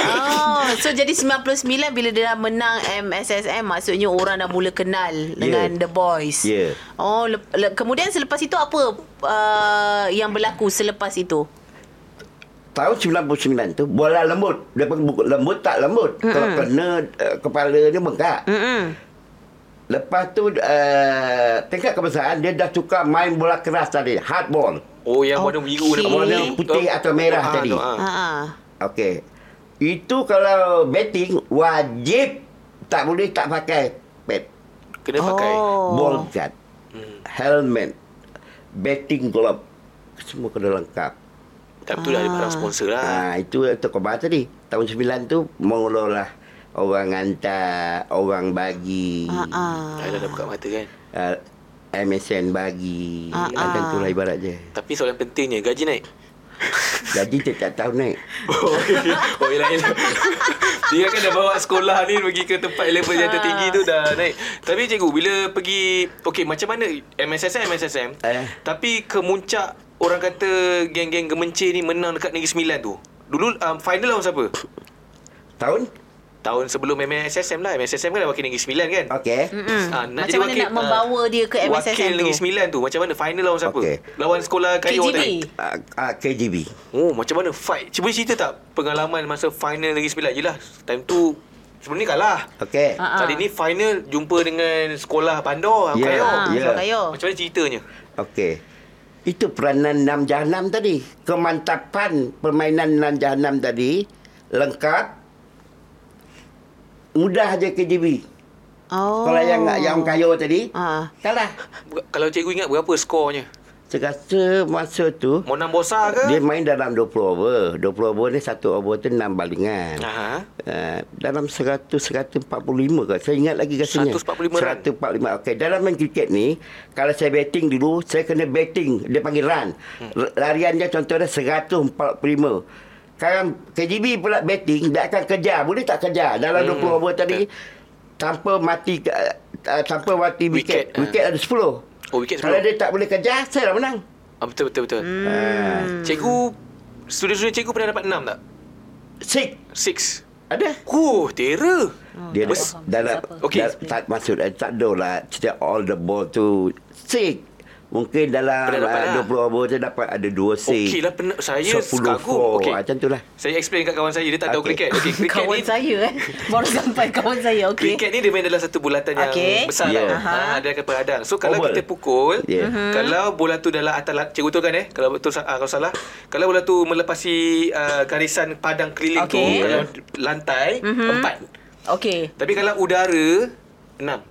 Speaker 1: Oh, so jadi 99 bila dia dah menang MSSM maksudnya orang dah mula kenal dengan The Boys.
Speaker 3: Ya.
Speaker 1: Oh, le- le- kemudian selepas itu apa uh, yang berlaku selepas itu?
Speaker 3: Tahun 99 tu bola lembut. Dia panggil buku lembut tak lembut. Mm-mm. Kalau kena uh, kepala dia bengkak. Mm.
Speaker 1: Hmm.
Speaker 3: Lepas tu uh, tingkat kebesaran dia dah tukar main bola keras tadi. Hardball.
Speaker 2: Oh, yang warna biru
Speaker 1: Okey.
Speaker 2: dan
Speaker 3: Warna putih atau merah
Speaker 2: Ah,
Speaker 3: tadi.
Speaker 2: tu, ah.
Speaker 1: Ha ah.
Speaker 3: Okey. Itu kalau betting wajib tak boleh tak pakai pad.
Speaker 2: Kena pakai.
Speaker 1: Oh.
Speaker 3: Ball guard. Helmet. Betting glove. Semua kena lengkap.
Speaker 2: Tak betul lah ada barang sponsor lah.
Speaker 3: Ha, itu Tok Kebal tadi. Tahun 9 tu mengololah orang hantar, orang bagi.
Speaker 1: Ha ah.
Speaker 2: Dah dah dah buka mata kan.
Speaker 3: Uh, MSN bagi.
Speaker 1: Ah,
Speaker 3: Ha,
Speaker 1: ah.
Speaker 3: Macam tu lah ibarat je.
Speaker 2: Tapi soalan pentingnya gaji naik.
Speaker 3: Gaji dia tak tahu naik.
Speaker 2: Oh, oh yelah, yelah. Dia kan dah bawa sekolah ni pergi ke tempat level yang tertinggi tu dah naik. Tapi cikgu, bila pergi... Okey, macam mana MSSM, MSSM?
Speaker 3: Eh.
Speaker 2: Tapi ke muncak orang kata geng-geng gemencir ni menang dekat Negeri Sembilan tu. Dulu um, final lawan siapa?
Speaker 3: Tahun?
Speaker 2: Tahun sebelum MSSM lah. MSSM kan dah wakil Negeri Sembilan kan?
Speaker 3: Okey.
Speaker 1: Mm.
Speaker 2: Ah,
Speaker 1: Macam mana nak membawa dia ke MSSM
Speaker 2: wakil
Speaker 1: tu?
Speaker 2: Negeri Sembilan tu. Macam mana final lawan siapa?
Speaker 3: Okey.
Speaker 2: Lawan sekolah kaya
Speaker 1: KGB.
Speaker 2: orang tadi.
Speaker 3: Uh, uh, KGB.
Speaker 2: Oh, macam mana fight? Cuba cerita tak pengalaman masa final Negeri Sembilan? Yelah, time tu sebelum ni kalah.
Speaker 3: Okey.
Speaker 1: Ah, ah.
Speaker 2: Kali ni final jumpa dengan sekolah Bandar,
Speaker 3: Ya.
Speaker 2: yeah. Kayo.
Speaker 1: Ah,
Speaker 3: Ya.
Speaker 1: yeah. kayo.
Speaker 2: Macam mana ceritanya?
Speaker 3: Okey. Itu peranan enam jahanam tadi. Kemantapan permainan enam jahanam tadi. Lengkap. Mudah je KGB.
Speaker 1: Oh.
Speaker 3: Kalau yang yang kayu tadi.
Speaker 1: Ah.
Speaker 3: Kalah.
Speaker 2: Buka- Kalau cikgu ingat berapa skornya?
Speaker 3: Saya rasa masa tu
Speaker 2: Monang Bosa ke?
Speaker 3: dia main dalam 20 over. 20 over ni satu over tu 6
Speaker 1: Ah.
Speaker 3: balingan.
Speaker 2: Aha.
Speaker 3: Uh, dalam 100 145 ke saya ingat lagi rasanya
Speaker 2: 145 run.
Speaker 3: 145 okey dalam main kriket ni kalau saya batting dulu saya kena batting dia panggil run
Speaker 2: Hmm.
Speaker 3: R- larian dia contohnya 145 sekarang KGB pula batting dia akan kejar boleh tak kejar dalam
Speaker 2: Hmm.
Speaker 3: 20 over tadi tanpa mati uh, uh, tanpa mati wicket
Speaker 2: Wicket, ah.
Speaker 3: wicket, ada 10
Speaker 2: Oh, wicket
Speaker 3: kalau
Speaker 2: 10.
Speaker 3: dia tak boleh kejar saya dah menang
Speaker 2: Ah, betul betul betul. Hmm.
Speaker 3: Ah,
Speaker 2: Cikgu student-student cikgu pernah dapat 6 tak?
Speaker 3: six
Speaker 2: 6.
Speaker 3: ada
Speaker 2: Huh, tera.
Speaker 3: Dia dah,
Speaker 2: Bes-
Speaker 3: dah, dah,
Speaker 2: Okey.
Speaker 3: dah, tak maksud eh, tak tahu lah cerita all the ball tu sick. Mungkin dalam
Speaker 2: Pernah dapat
Speaker 3: uh,
Speaker 2: lah.
Speaker 3: 20 over tu dapat ada 2 sick.
Speaker 2: Okey lah pernah saya
Speaker 3: 10
Speaker 2: kagum.
Speaker 3: four,
Speaker 2: Okey.
Speaker 3: ah, Macam tu lah.
Speaker 2: Saya explain kat kawan saya dia tak tahu
Speaker 3: Okey.
Speaker 2: kriket. Okey, kriket
Speaker 1: Kawan
Speaker 2: ni
Speaker 1: saya eh. Baru sampai kawan saya. Okey.
Speaker 2: Kriket ni dia main dalam satu bulatan yang
Speaker 1: Okey.
Speaker 2: besar
Speaker 3: Ya.
Speaker 2: yeah.
Speaker 1: Aha. Mhm.
Speaker 2: lah. Ha, dia akan beradang. So kalau
Speaker 3: Oval.
Speaker 2: kita pukul,
Speaker 3: Ya.
Speaker 2: yeah. kalau bola tu dalam atas lat- cikgu tu kan eh, kalau betul ah, kalau salah, kalau bola tu melepasi uh, garisan padang keliling
Speaker 1: Okey. Mhm.
Speaker 2: tu kalau lantai empat.
Speaker 1: Okey.
Speaker 2: Tapi kalau udara enam.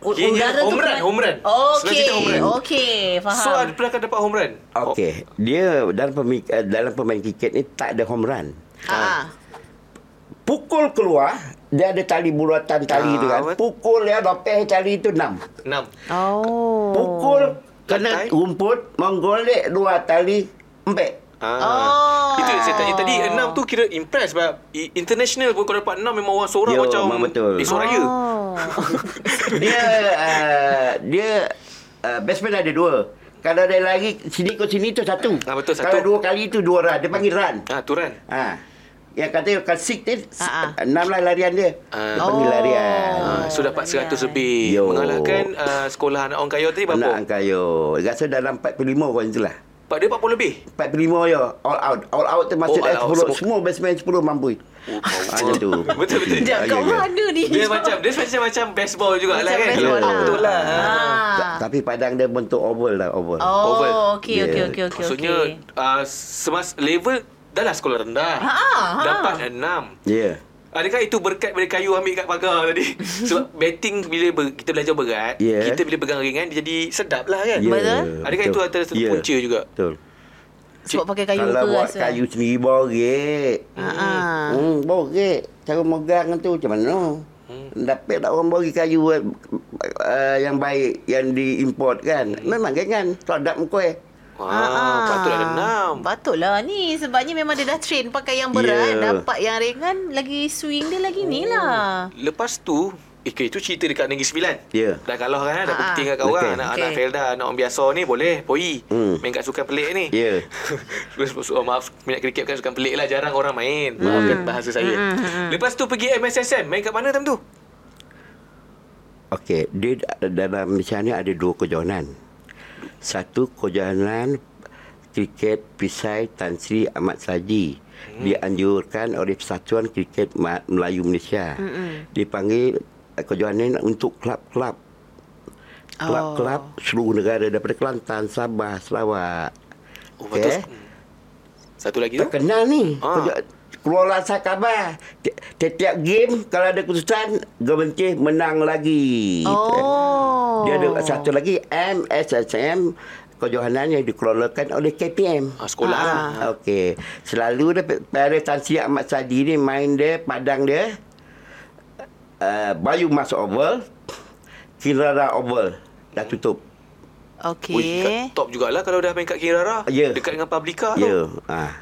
Speaker 1: U-
Speaker 2: Kiranya
Speaker 1: udara tu
Speaker 2: home run,
Speaker 1: kan-
Speaker 2: home run. Senang
Speaker 1: Okey.
Speaker 2: cerita home run.
Speaker 1: Okey, faham.
Speaker 2: So ada pernah dapat home run?
Speaker 3: Okey. Dia dalam pemain, eh, dalam pemain kriket ni tak ada home run.
Speaker 1: ah.
Speaker 3: Pukul keluar, dia ada tali bulatan tali
Speaker 2: Ah,
Speaker 3: tu kan.
Speaker 2: betul.
Speaker 3: Pukul dia lepeh tali tu 6.
Speaker 2: Enam.
Speaker 1: Oh.
Speaker 3: Pukul
Speaker 2: Lantai.
Speaker 3: kena rumput menggolek dua tali empek.
Speaker 2: Ah.
Speaker 1: Oh.
Speaker 2: Itu yang saya tanya tadi enam tu kira impress sebab i- international pun kalau dapat enam memang orang seorang
Speaker 3: Yo,
Speaker 2: macam
Speaker 3: memang betul.
Speaker 2: eh seorang ya.
Speaker 1: Oh.
Speaker 3: dia uh, dia uh, batsman ada dua. Kalau dia lari sini ke sini tu satu.
Speaker 2: Ah, betul, satu.
Speaker 3: Kalau dua kali tu dua run. Dia panggil run.
Speaker 2: Ah, tu run.
Speaker 3: Ha. Yang kata kalau six tu
Speaker 1: Ah, ah.
Speaker 3: enam lah larian dia.
Speaker 2: Ah.
Speaker 3: Dia panggil
Speaker 1: Oh.
Speaker 3: larian.
Speaker 1: Ah,
Speaker 2: So dapat 100 lebih
Speaker 3: Yo.
Speaker 2: Mengalahkan uh, sekolah anak orang kaya tadi
Speaker 3: Anak
Speaker 2: berapa?
Speaker 3: angkayo. Rasa dalam 45 orang itulah.
Speaker 2: Pak dia 40 lebih
Speaker 3: 45 ya. All out. All out termasuk
Speaker 2: Oh, all out.
Speaker 3: oh, 10.
Speaker 2: Semua-
Speaker 3: Semua bestman 10 mampu.
Speaker 1: Oh,
Speaker 3: Ah, Macam tu.
Speaker 2: Betul-betul.
Speaker 1: Sekejap,
Speaker 3: Ah,
Speaker 1: kat
Speaker 3: ya, ya.
Speaker 1: mana ni?
Speaker 2: Dia macam Dia macam macam baseball juga lah
Speaker 1: Macam
Speaker 2: kan
Speaker 1: baseball
Speaker 2: Kalau
Speaker 1: lah.
Speaker 2: Betul lah
Speaker 1: Ah.
Speaker 3: Ta- Tapi padang dia bentuk oval lah, oval.
Speaker 2: Oval.
Speaker 1: Oh, okey
Speaker 3: Ya.
Speaker 1: okey okey okey.
Speaker 2: Maksudnya
Speaker 1: okey.
Speaker 2: uh, semas level dah lah sekolah rendah.
Speaker 1: Ha, ha.
Speaker 2: Dapat enam.
Speaker 3: Ya.
Speaker 2: Adakah itu berkat bila kayu ambil kat pagar tadi? Sebab batting bila ber, kita belajar berat,
Speaker 3: Ya.
Speaker 2: kita bila pegang ringan dia jadi sedap lah kan?
Speaker 3: Ya,
Speaker 1: Betul.
Speaker 2: Adakah itu antara satu
Speaker 3: Ya.
Speaker 2: punca juga?
Speaker 3: Betul.
Speaker 1: sebab pakai kayu
Speaker 3: Kalau
Speaker 1: keras.
Speaker 3: buat
Speaker 1: kan?
Speaker 3: kayu sendiri borek.
Speaker 1: Ha, ha.
Speaker 2: Oh,
Speaker 3: Hmm, borek. Cara megang tu macam mana? Dapat tak orang bagi kayu eh, uh, yang baik yang diimport kan. Memang kan produk muka eh.
Speaker 2: Wah,
Speaker 1: Ah, ah.
Speaker 2: patutlah enam.
Speaker 1: Patutlah ni sebabnya memang dia dah train pakai yang berat,
Speaker 3: Ya.
Speaker 1: dapat yang ringan lagi swing dia lagi ni lah.
Speaker 2: Lepas tu, eh okay, itu cerita dekat Negeri Sembilan.
Speaker 3: Ya.
Speaker 2: Dah kalah kan, dah
Speaker 1: Ha,
Speaker 2: berketing kat
Speaker 3: betul.
Speaker 2: kau orang. Anak-anak
Speaker 1: Okey.
Speaker 2: Felda, anak orang biasa ni boleh, poi.
Speaker 3: Hmm.
Speaker 2: Main kat sukan pelik ni.
Speaker 3: Ya.
Speaker 2: Terus oh, maaf Minat kriket kan sukan pelik lah Jarang orang main
Speaker 3: Hmm.
Speaker 2: Maafkan bahasa saya
Speaker 1: Hmm,
Speaker 2: Lepas tu pergi MSSM Main kat mana time tu?
Speaker 3: Okey, dia da- dalam Malaysia ni ada dua kejohanan. Satu kejohanan kriket Pisai Tan Sri Ahmad Saji
Speaker 2: Hmm.
Speaker 3: dianjurkan oleh Persatuan Kriket Ma- Melayu Malaysia. Dipanggil eh, kejohanan untuk klub-klub. Klub-klub seluruh negara daripada Kelantan, Sabah, Sarawak.
Speaker 2: Oh, okay.
Speaker 3: Okey.
Speaker 2: Satu lagi tu?
Speaker 3: Terkenal ni.
Speaker 2: Ah.
Speaker 3: Ha. Keluarlah saya khabar. Ti- Tiap-tiap game kalau ada keputusan, Gementih menang lagi.
Speaker 2: eh.
Speaker 1: Oh.
Speaker 3: Dia ada satu lagi MSSM kejohanan yang dikelolakan oleh KPM.
Speaker 2: Ah, sekolah
Speaker 1: Ah.
Speaker 2: lah
Speaker 3: Okey. Selalu dia pada Tan Sri Ahmad Sadi ni main dia padang dia uh, Bayu Mas Oval, Kirara Oval dah tutup.
Speaker 2: Ui, kat
Speaker 1: Okey.
Speaker 2: top jugalah kalau dah main kat Kirara
Speaker 3: Ya.
Speaker 2: Dekat dengan Publica
Speaker 3: Ya.
Speaker 2: tu
Speaker 3: Ah.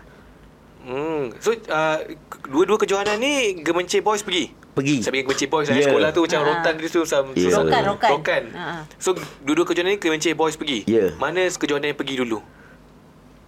Speaker 2: hmm. So uh, dua-dua kejohanan ni Gemencir Boys pergi?
Speaker 3: Pergi.
Speaker 2: Saya pergi Gemencir Boys
Speaker 3: Ya.
Speaker 2: yeah. Sekolah tu
Speaker 1: Ah.
Speaker 2: macam rotan dia tu macam
Speaker 3: Ya.
Speaker 2: susah.
Speaker 1: Rokan, rokan.
Speaker 2: rokan.
Speaker 1: Ah.
Speaker 2: So dua-dua kejohanan ni Gemencir Boys pergi?
Speaker 3: Ya.
Speaker 2: Mana kejohanan yang pergi dulu?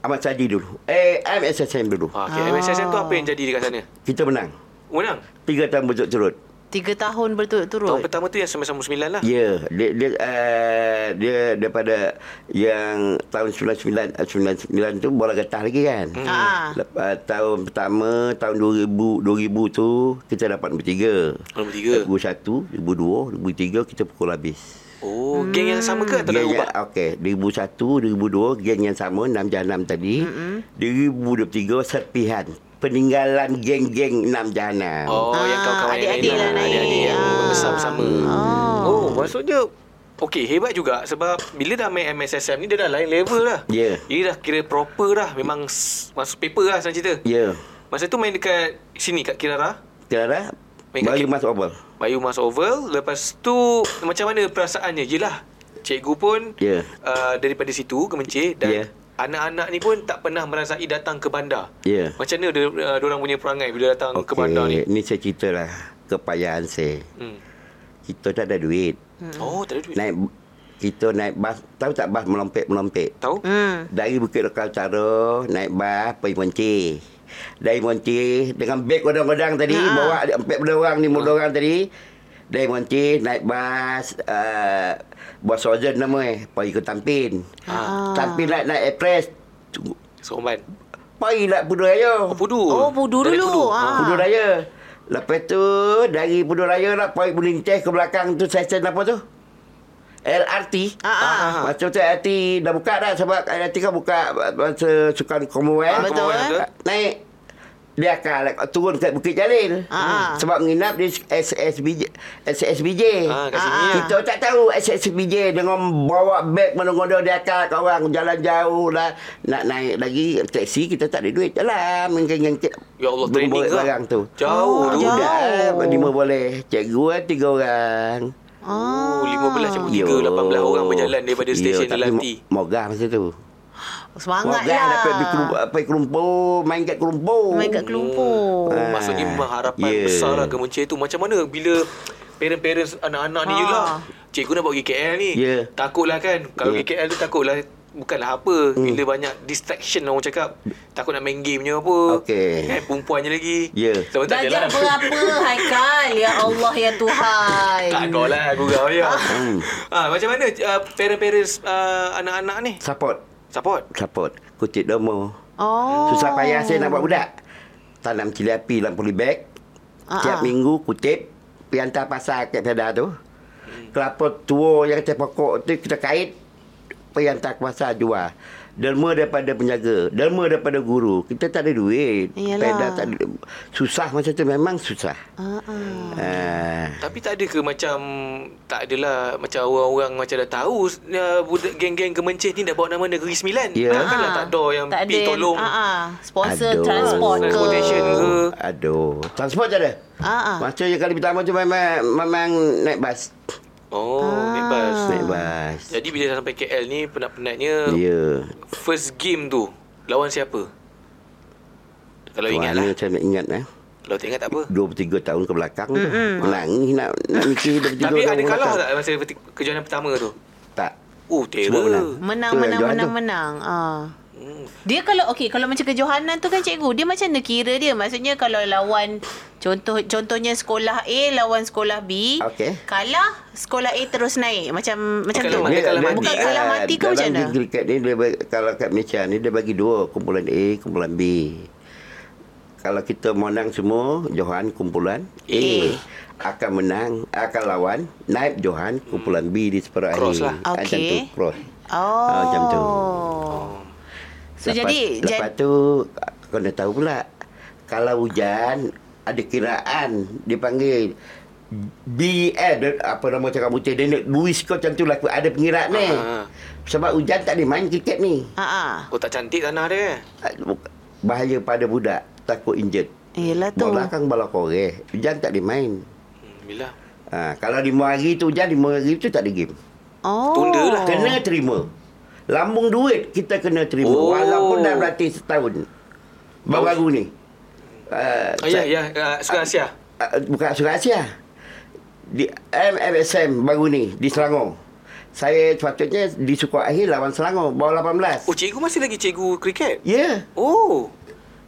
Speaker 3: Ahmad Sadi dulu. Eh MSSM dulu.
Speaker 2: Ha, okay.
Speaker 1: Ah.
Speaker 2: MSSM tu apa yang jadi dekat sana?
Speaker 3: Kita menang.
Speaker 2: Menang?
Speaker 3: Tiga tahun berturut-turut.
Speaker 1: Tiga tahun
Speaker 2: Tahun
Speaker 1: berturut-turut.
Speaker 2: pertama tu yang sama-sama
Speaker 1: Ah.
Speaker 2: sembilan lah
Speaker 3: Ya, dia dia, uh, dia daripada yang tahun 99 eh, 99 tu bola getah lagi kan.
Speaker 2: Hmm.
Speaker 1: Ah.
Speaker 3: Lepas tahun pertama tahun 2000 2000 tu kita dapat nombor 3.
Speaker 2: Nombor tiga.
Speaker 3: 2001, 2002, 2003 kita pukul habis.
Speaker 2: Oh, hmm. geng yang sama ke atau dah
Speaker 3: Geng
Speaker 2: ubah?
Speaker 3: yang- Okey, 2001, 2002 geng yang sama 6 jahanam tadi. Mm-hmm. 2023 serpihan. Peninggalan geng-geng 6 jahanam.
Speaker 2: Oh,
Speaker 1: Ah,
Speaker 2: yang kawan-kawan yang
Speaker 1: adik-adik
Speaker 2: lain
Speaker 1: lah naik.
Speaker 2: Adik-adik yang
Speaker 1: Ah.
Speaker 2: berbesar bersama.
Speaker 1: Oh.
Speaker 2: Oh, oh maksudnya Okey, hebat juga sebab bila dah main MSSM ni dia dah lain level dah.
Speaker 3: Ya.
Speaker 2: Ini dah kira proper dah, memang s- masuk paper lah senang cerita.
Speaker 3: Ya.
Speaker 2: Masa tu main dekat sini kat Kirara,
Speaker 3: Kira
Speaker 2: Main
Speaker 3: Bayu
Speaker 2: kaki-
Speaker 3: Mas Obal.
Speaker 2: Bayu Mas Oval, lepas tu macam mana perasaannya? Yelah, cikgu pun
Speaker 3: Ya.
Speaker 2: uh, daripada situ Kemencir dan
Speaker 3: Ya.
Speaker 2: anak-anak ni pun tak pernah merasai datang ke bandar.
Speaker 3: Ya.
Speaker 2: Macam mana dia, uh, orang punya perangai bila datang okay. ke
Speaker 3: Okey,
Speaker 2: bandar ni?
Speaker 3: Ni saya cerita lah Kepayaan saya
Speaker 2: Hmm.
Speaker 3: Kita tak ada duit
Speaker 1: Hmm.
Speaker 2: Oh, tak ada duit.
Speaker 3: Naik Kita naik bas Tahu tak bas melompek-melompek
Speaker 2: Tahu?
Speaker 1: Hmm.
Speaker 3: Dari Bukit Lokal Utara Naik bas pergi Monti Dari Monti Dengan beg godang-godang tadi
Speaker 1: Ha.
Speaker 3: Bawa empat benda orang
Speaker 2: Ha.
Speaker 3: ni Muda orang tadi dari Monti naik bas uh, Bos Sojan nama eh Pergi ke Tampin
Speaker 2: Ah.
Speaker 3: Tampin naik naik Express Tunggu.
Speaker 2: Seromban.
Speaker 3: Pergi naik Pudu Raya
Speaker 2: Oh, pudu. Ha.
Speaker 1: Oh, pudu
Speaker 2: Dari
Speaker 1: dulu. Ah.
Speaker 3: Pudu Raya. Lepas tu dari Pudu Raya nak pergi Bulintas ke belakang tu stesen apa tu? LRT.
Speaker 1: Ah, ah.
Speaker 3: Masa tu LRT dah buka dah sebab LRT kan buka masa sukan
Speaker 2: Ah,
Speaker 3: Commonwealth.
Speaker 1: Betul, eh.
Speaker 2: Commonwealth tu.
Speaker 3: Naik dia akan turun kat Bukit Jalil. Hmm.
Speaker 1: Ah, ah.
Speaker 3: Sebab menginap di SSBJ. SSBJ.
Speaker 2: Ah, kat
Speaker 1: Ah,
Speaker 2: sini
Speaker 1: ah.
Speaker 2: lah.
Speaker 3: Kita tak tahu SSBJ dengan bawa beg menongondo dia akan kat orang jalan jauh lah. Nak naik lagi teksi kita tak ada duit. Jalan mengengkit.
Speaker 2: Ya Allah, training ke?
Speaker 3: barang tu.
Speaker 1: Oh,
Speaker 2: Jauh tu.
Speaker 1: jauh.
Speaker 3: Budak lima boleh. Cikgu lah tiga orang.
Speaker 1: Ah.
Speaker 2: Oh, 15 campur 3,
Speaker 3: Yo.
Speaker 2: 18 orang berjalan daripada
Speaker 3: Yo,
Speaker 2: stesen
Speaker 3: tapi
Speaker 2: Delanti.
Speaker 3: mo- Mogah masa tu.
Speaker 1: Semangat lah.
Speaker 3: Mogah kan dapat pergi kelumpur- pergi kelumpur, main kat kelumpur.
Speaker 1: Main kat kelumpur.
Speaker 2: Oh,
Speaker 3: Ah,
Speaker 2: maksudnya memang harapan
Speaker 3: ya.
Speaker 2: besar lah kemencir tu. Macam mana bila parents-parents anak-anak ni
Speaker 1: Ah.
Speaker 2: je lah. Cikgu nak bawa pergi KL ni.
Speaker 3: Ya.
Speaker 2: Takutlah kan. Kalau
Speaker 3: Ya.
Speaker 2: pergi KL tu takutlah bukanlah apa hmm. bila banyak distraction lah orang cakap takut nak main game je apa
Speaker 3: Okey.
Speaker 2: eh, perempuan je lagi
Speaker 3: Ya.
Speaker 2: Sama tak
Speaker 1: Belajar
Speaker 2: je lah.
Speaker 1: berapa Haikal Ya Allah ya Tuhan
Speaker 2: tak kau lah aku kau ya ha, macam mana uh, parents-parents uh, anak-anak ni
Speaker 3: Support
Speaker 2: support
Speaker 3: Support Kutip domo
Speaker 1: Oh
Speaker 3: Susah payah saya nak buat budak Tanam cili api dalam polybag
Speaker 1: Ah,
Speaker 3: uh
Speaker 1: ah.
Speaker 3: Tiap minggu kutip Pergi hantar pasar kat pedar tu
Speaker 1: Hmm.
Speaker 3: Kelapa tua yang atas pokok tu Kita kait Pergi hantar ke pasar jual Derma daripada penjaga Derma daripada guru Kita tak ada duit
Speaker 1: Iyalah.
Speaker 3: Pedar tak ada Susah masa tu memang susah
Speaker 1: Ah, ah.
Speaker 3: uh,
Speaker 2: tapi tak ada ke macam tak adalah macam orang-orang macam dah tahu uh, budak geng-geng kemencih ni dah bawa nama negeri sembilan
Speaker 3: Ya.
Speaker 2: Ah, kan lah tak ada yang
Speaker 1: tak ada
Speaker 2: pi tolong
Speaker 1: ah, ah. Sponsor
Speaker 3: Aduh.
Speaker 1: transport ke
Speaker 2: transportation ke
Speaker 3: Aduh Transport tak ada
Speaker 1: Ah, ah.
Speaker 3: Masa je kali pertama tu memang, memang naik bas
Speaker 2: oh bebas
Speaker 1: Ah.
Speaker 3: Naik bas
Speaker 2: jadi bila dah sampai KL ni penat-penatnya
Speaker 3: Ya
Speaker 2: first game tu lawan siapa kalau
Speaker 3: Kalau
Speaker 2: ingat
Speaker 3: ingat
Speaker 2: lah
Speaker 3: Saya nak ingat eh.
Speaker 2: kalau tak ingat tak apa
Speaker 3: 23 tahun ke belakang mm-hmm. Menangis nak, nak mikir 23
Speaker 2: tapi
Speaker 3: tahun
Speaker 2: ada
Speaker 3: ke
Speaker 2: kalah
Speaker 3: belakang.
Speaker 2: tak masa peti- kejohanan pertama tu
Speaker 3: Tak
Speaker 2: oh
Speaker 3: Semua menang.
Speaker 2: terror
Speaker 1: Menang
Speaker 3: Betul,
Speaker 1: menang
Speaker 3: Johan
Speaker 1: menang
Speaker 3: tu.
Speaker 1: menang ah.
Speaker 2: Hmm.
Speaker 1: Dia kalau okey kalau macam kejohanan tu kan cikgu dia macam mana kira dia maksudnya kalau lawan contoh contohnya sekolah A lawan sekolah B
Speaker 3: Okey.
Speaker 1: kalah sekolah A terus naik macam macam
Speaker 2: Bukan
Speaker 1: tu
Speaker 2: mati, kalah mati.
Speaker 1: bukan kalah
Speaker 3: eh,
Speaker 1: mati ke
Speaker 3: dalam
Speaker 1: macam mana
Speaker 3: dunia Kriket ni dia, bagi- Kalau kat Malaysia ni Dia bagi dua Kumpulan A Kumpulan B Kalau kita menang semua Johan kumpulan A,
Speaker 1: A.
Speaker 3: Akan menang Akan lawan Naib Johan Kumpulan B di separuh
Speaker 2: Cross
Speaker 3: akhir
Speaker 2: lah.
Speaker 3: Ah, Macam tu
Speaker 1: Okey.
Speaker 3: Cross
Speaker 1: oh
Speaker 3: Ah, macam tu.
Speaker 1: so jadi
Speaker 3: Lepas
Speaker 1: jadi
Speaker 3: tu Kau dah tahu pula Kalau hujan Ada kiraan Dipanggil B eh, dia- apa nama cakap putih dia nak Luis kau macam tu lah ada pengiraan ni
Speaker 2: Ah.
Speaker 3: sebab hujan tak boleh main kriket ni
Speaker 1: ah ah
Speaker 2: oh tak cantik tanah dia eh?
Speaker 3: bahaya pada budak takut injet
Speaker 1: Yelah tu
Speaker 3: bola kan bola korek hujan tak boleh main
Speaker 2: Hmm, bila
Speaker 3: ha, kalau lima hari tu hujan lima hari tu tak ada game
Speaker 1: Oh.
Speaker 2: Tunda lah.
Speaker 3: kena terima lambung duit kita kena terima
Speaker 2: Oh.
Speaker 3: oh. walaupun dah berlatih setahun baru-baru ni uh,
Speaker 2: ah, ya ya uh, Suka Asia
Speaker 3: uh, bukan asuransi lah. Di MMSM baru ni di Selangor. Saya sepatutnya di Suku Akhir lawan Selangor bawah 18.
Speaker 2: oh cikgu masih lagi cikgu kriket
Speaker 3: Ya.
Speaker 2: oh